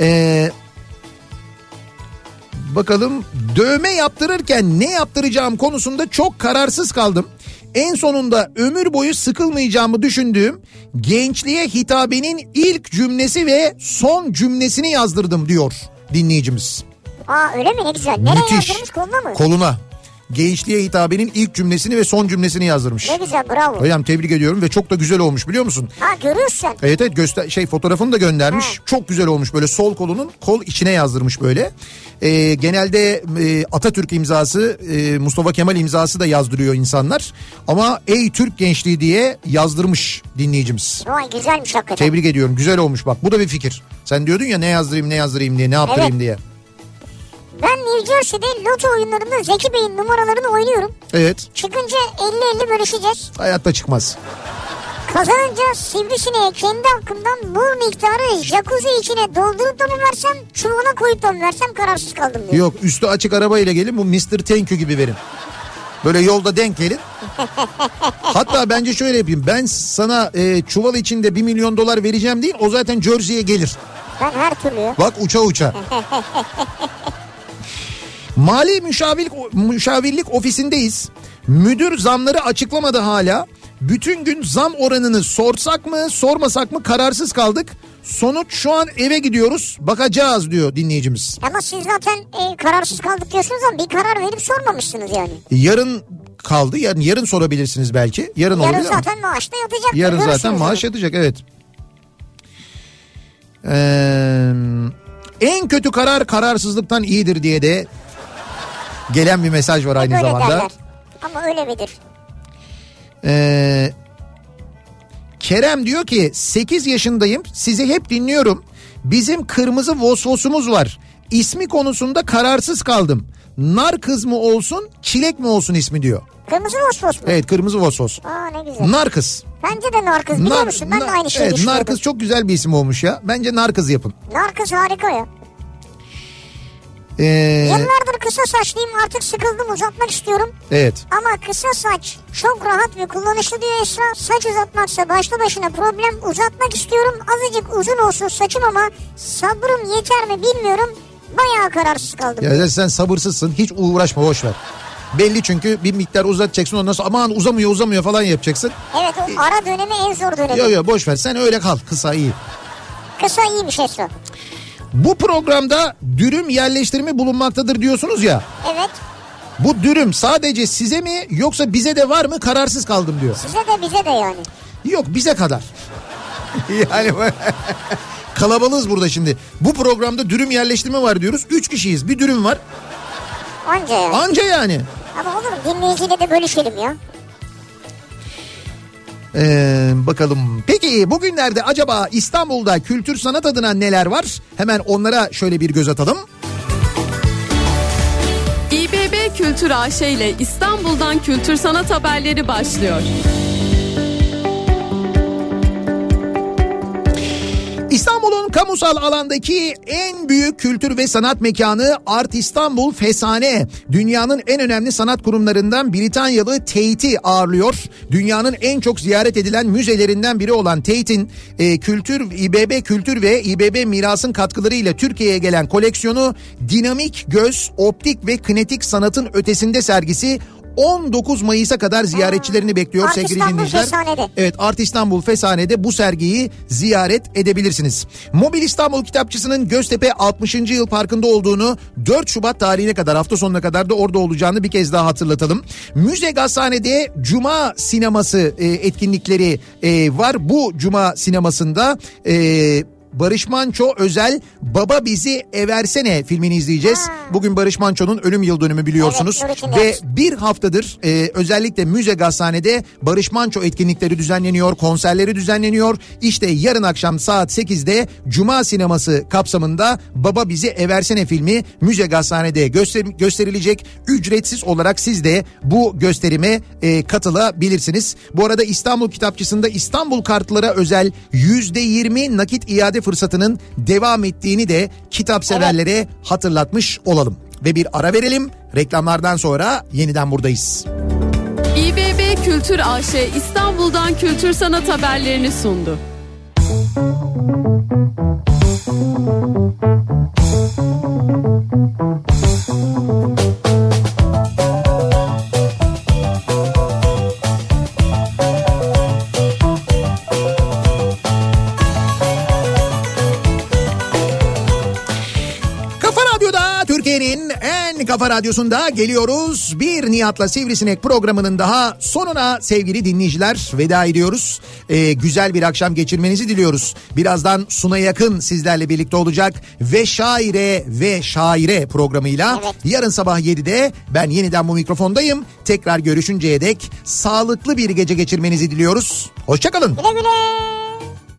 Speaker 2: Ee, bakalım dövme yaptırırken ne yaptıracağım konusunda çok kararsız kaldım. En sonunda ömür boyu sıkılmayacağımı düşündüğüm gençliğe hitabenin ilk cümlesi ve son cümlesini yazdırdım diyor dinleyicimiz.
Speaker 3: Aa öyle mi ne güzel. Nereye yazdırmış koluna mı?
Speaker 2: Koluna. Gençliğe hitabenin ilk cümlesini ve son cümlesini yazdırmış.
Speaker 3: ne güzel bravo.
Speaker 2: Hocam tebrik ediyorum ve çok da güzel olmuş biliyor musun?
Speaker 3: Ha görüyorsun.
Speaker 2: Evet evet göster şey fotoğrafını da göndermiş. Çok güzel olmuş böyle sol kolunun kol içine yazdırmış böyle. Ee, genelde e, Atatürk imzası, e, Mustafa Kemal imzası da yazdırıyor insanlar. Ama ey Türk gençliği diye yazdırmış dinleyicimiz.
Speaker 3: Vay güzelmiş hakikaten.
Speaker 2: Tebrik ediyorum. Güzel olmuş bak. Bu da bir fikir. Sen diyordun ya ne yazdırayım ne yazdırayım diye, ne yaptırayım
Speaker 3: Evet.
Speaker 2: diye.
Speaker 3: Ben New Jersey'de loto oyunlarında Zeki Bey'in numaralarını oynuyorum.
Speaker 2: Evet.
Speaker 3: Çıkınca 50-50 bölüşeceğiz.
Speaker 2: Hayatta çıkmaz.
Speaker 3: Kazanınca sivrisineğe kendi hakkımdan bu miktarı jacuzzi içine doldurup da mı versem çubuğuna koyup da mı versem kararsız kaldım diyor.
Speaker 2: Yok üstü açık arabayla gelin bu Mr. Thank you gibi verin. Böyle yolda denk gelin. Hatta bence şöyle yapayım. Ben sana e, çuval içinde 1 milyon dolar vereceğim değil. O zaten Jersey'ye gelir.
Speaker 3: Ben her türlü ya.
Speaker 2: Bak uça uça. Mali müşavirlik, müşavirlik ofisindeyiz. Müdür zamları açıklamadı hala. Bütün gün zam oranını sorsak mı sormasak mı kararsız kaldık. Sonuç şu an eve gidiyoruz bakacağız diyor dinleyicimiz.
Speaker 3: Ama siz zaten e, kararsız kaldık diyorsunuz ama bir karar verip sormamışsınız yani.
Speaker 2: Yarın kaldı. Yarın yarın sorabilirsiniz belki. Yarın,
Speaker 3: Yarın
Speaker 2: olabilir ama
Speaker 3: zaten maaşta yatacak.
Speaker 2: yarın zaten
Speaker 3: Görürsünüz
Speaker 2: maaş
Speaker 3: yani.
Speaker 2: yatacak evet. Ee, en kötü karar kararsızlıktan iyidir diye de gelen bir mesaj var aynı
Speaker 3: Böyle
Speaker 2: zamanda.
Speaker 3: derler. Ama öyle midir?
Speaker 2: Ee, Kerem diyor ki 8 yaşındayım sizi hep dinliyorum. Bizim kırmızı vosvosumuz var. İsmi konusunda kararsız kaldım. Nar kız mı olsun çilek mi olsun ismi diyor.
Speaker 3: Kırmızı vosvos mu?
Speaker 2: Evet kırmızı vosvos.
Speaker 3: Aa ne güzel.
Speaker 2: Narkız.
Speaker 3: Bence de Narkız biliyor
Speaker 2: Nar-
Speaker 3: musun? Ben de
Speaker 2: nar-
Speaker 3: aynı şeyi
Speaker 2: evet,
Speaker 3: düşünüyordum.
Speaker 2: Narkız çok güzel bir isim olmuş ya. Bence Narkız yapın.
Speaker 3: Narkız harika ya.
Speaker 2: Ee,
Speaker 3: Yıllardır kısa saçlıyım artık sıkıldım uzatmak istiyorum.
Speaker 2: evet.
Speaker 3: Ama kısa saç çok rahat ve kullanışlı diyor Esra. Saç uzatmaksa başlı başına problem. Uzatmak istiyorum. Azıcık uzun olsun saçım ama sabrım yeter mi bilmiyorum. Bayağı kararsız kaldım.
Speaker 2: Ya sen sabırsızsın. Hiç uğraşma boş ver. Belli çünkü bir miktar uzatacaksın ondan sonra aman uzamıyor uzamıyor falan yapacaksın.
Speaker 3: Evet o ara dönemi en zor dönemi.
Speaker 2: Yok yok boş ver sen öyle kal kısa iyi.
Speaker 3: Kısa iyiymiş Esra.
Speaker 2: Bu programda dürüm yerleştirme bulunmaktadır diyorsunuz ya.
Speaker 3: Evet
Speaker 2: Bu dürüm sadece size mi yoksa bize de var mı kararsız kaldım diyor.
Speaker 3: size de bize de yani.
Speaker 2: Yok bize kadar. yani bu- kalabalığız burada şimdi. Bu programda dürüm yerleştirme var diyoruz. Üç kişiyiz. Bir dürüm var.
Speaker 3: Anca yani.
Speaker 2: Anca yani.
Speaker 3: Ama olur mu? dinleyiciyle de bölüşelim ya.
Speaker 2: Ee, bakalım. Peki bugünlerde acaba İstanbul'da kültür sanat adına neler var? Hemen onlara şöyle bir göz atalım.
Speaker 4: İBB Kültür AŞ ile İstanbul'dan kültür sanat haberleri başlıyor.
Speaker 2: İstanbul'un kamusal alandaki en büyük kültür ve sanat mekanı Art İstanbul Fesane. Dünyanın en önemli sanat kurumlarından Britanyalı Tate'i ağırlıyor. Dünyanın en çok ziyaret edilen müzelerinden biri olan Tate'in e, kültür, İBB Kültür ve İBB Miras'ın katkılarıyla Türkiye'ye gelen koleksiyonu Dinamik Göz, Optik ve Kinetik Sanatın Ötesinde sergisi 19 Mayıs'a kadar ziyaretçilerini bekliyor
Speaker 3: Art
Speaker 2: sevgili
Speaker 3: İstanbul
Speaker 2: dinleyiciler.
Speaker 3: Fesane'de.
Speaker 2: Evet Art İstanbul Fesane'de bu sergiyi ziyaret edebilirsiniz. Mobil İstanbul Kitapçısı'nın Göztepe 60. Yıl Parkı'nda olduğunu 4 Şubat tarihine kadar hafta sonuna kadar da orada olacağını bir kez daha hatırlatalım. Müze Gazhane'de Cuma sineması e, etkinlikleri e, var. Bu Cuma sinemasında e, Barış Manço özel Baba Bizi Eversene filmini izleyeceğiz. Bugün Barış Manço'nun ölüm yıl dönümü biliyorsunuz.
Speaker 3: Evet, Nuri'cim
Speaker 2: Ve
Speaker 3: evet.
Speaker 2: bir haftadır e, özellikle müze gazhanede Barış Manço etkinlikleri düzenleniyor, konserleri düzenleniyor. İşte yarın akşam saat 8'de Cuma sineması kapsamında Baba Bizi Eversene filmi müze gazhanede göster- gösterilecek. Ücretsiz olarak siz de bu gösterime e, katılabilirsiniz. Bu arada İstanbul Kitapçısı'nda İstanbul kartlara özel %20 nakit iade fırsatının devam ettiğini de kitapseverlere hatırlatmış olalım. Ve bir ara verelim. Reklamlardan sonra yeniden buradayız.
Speaker 4: İBB Kültür AŞ İstanbul'dan kültür sanat haberlerini sundu.
Speaker 2: Kafa Radyo'da Türkiye'nin en kafa radyosunda geliyoruz. Bir Nihat'la Sivrisinek programının daha sonuna sevgili dinleyiciler veda ediyoruz. Ee, güzel bir akşam geçirmenizi diliyoruz. Birazdan Suna Yakın sizlerle birlikte olacak ve Şaire ve Şaire programıyla
Speaker 3: Evet.
Speaker 2: yarın sabah 7'de ben yeniden bu mikrofondayım. Tekrar görüşünceye dek sağlıklı bir gece geçirmenizi diliyoruz. Hoşçakalın.
Speaker 3: Güle güle.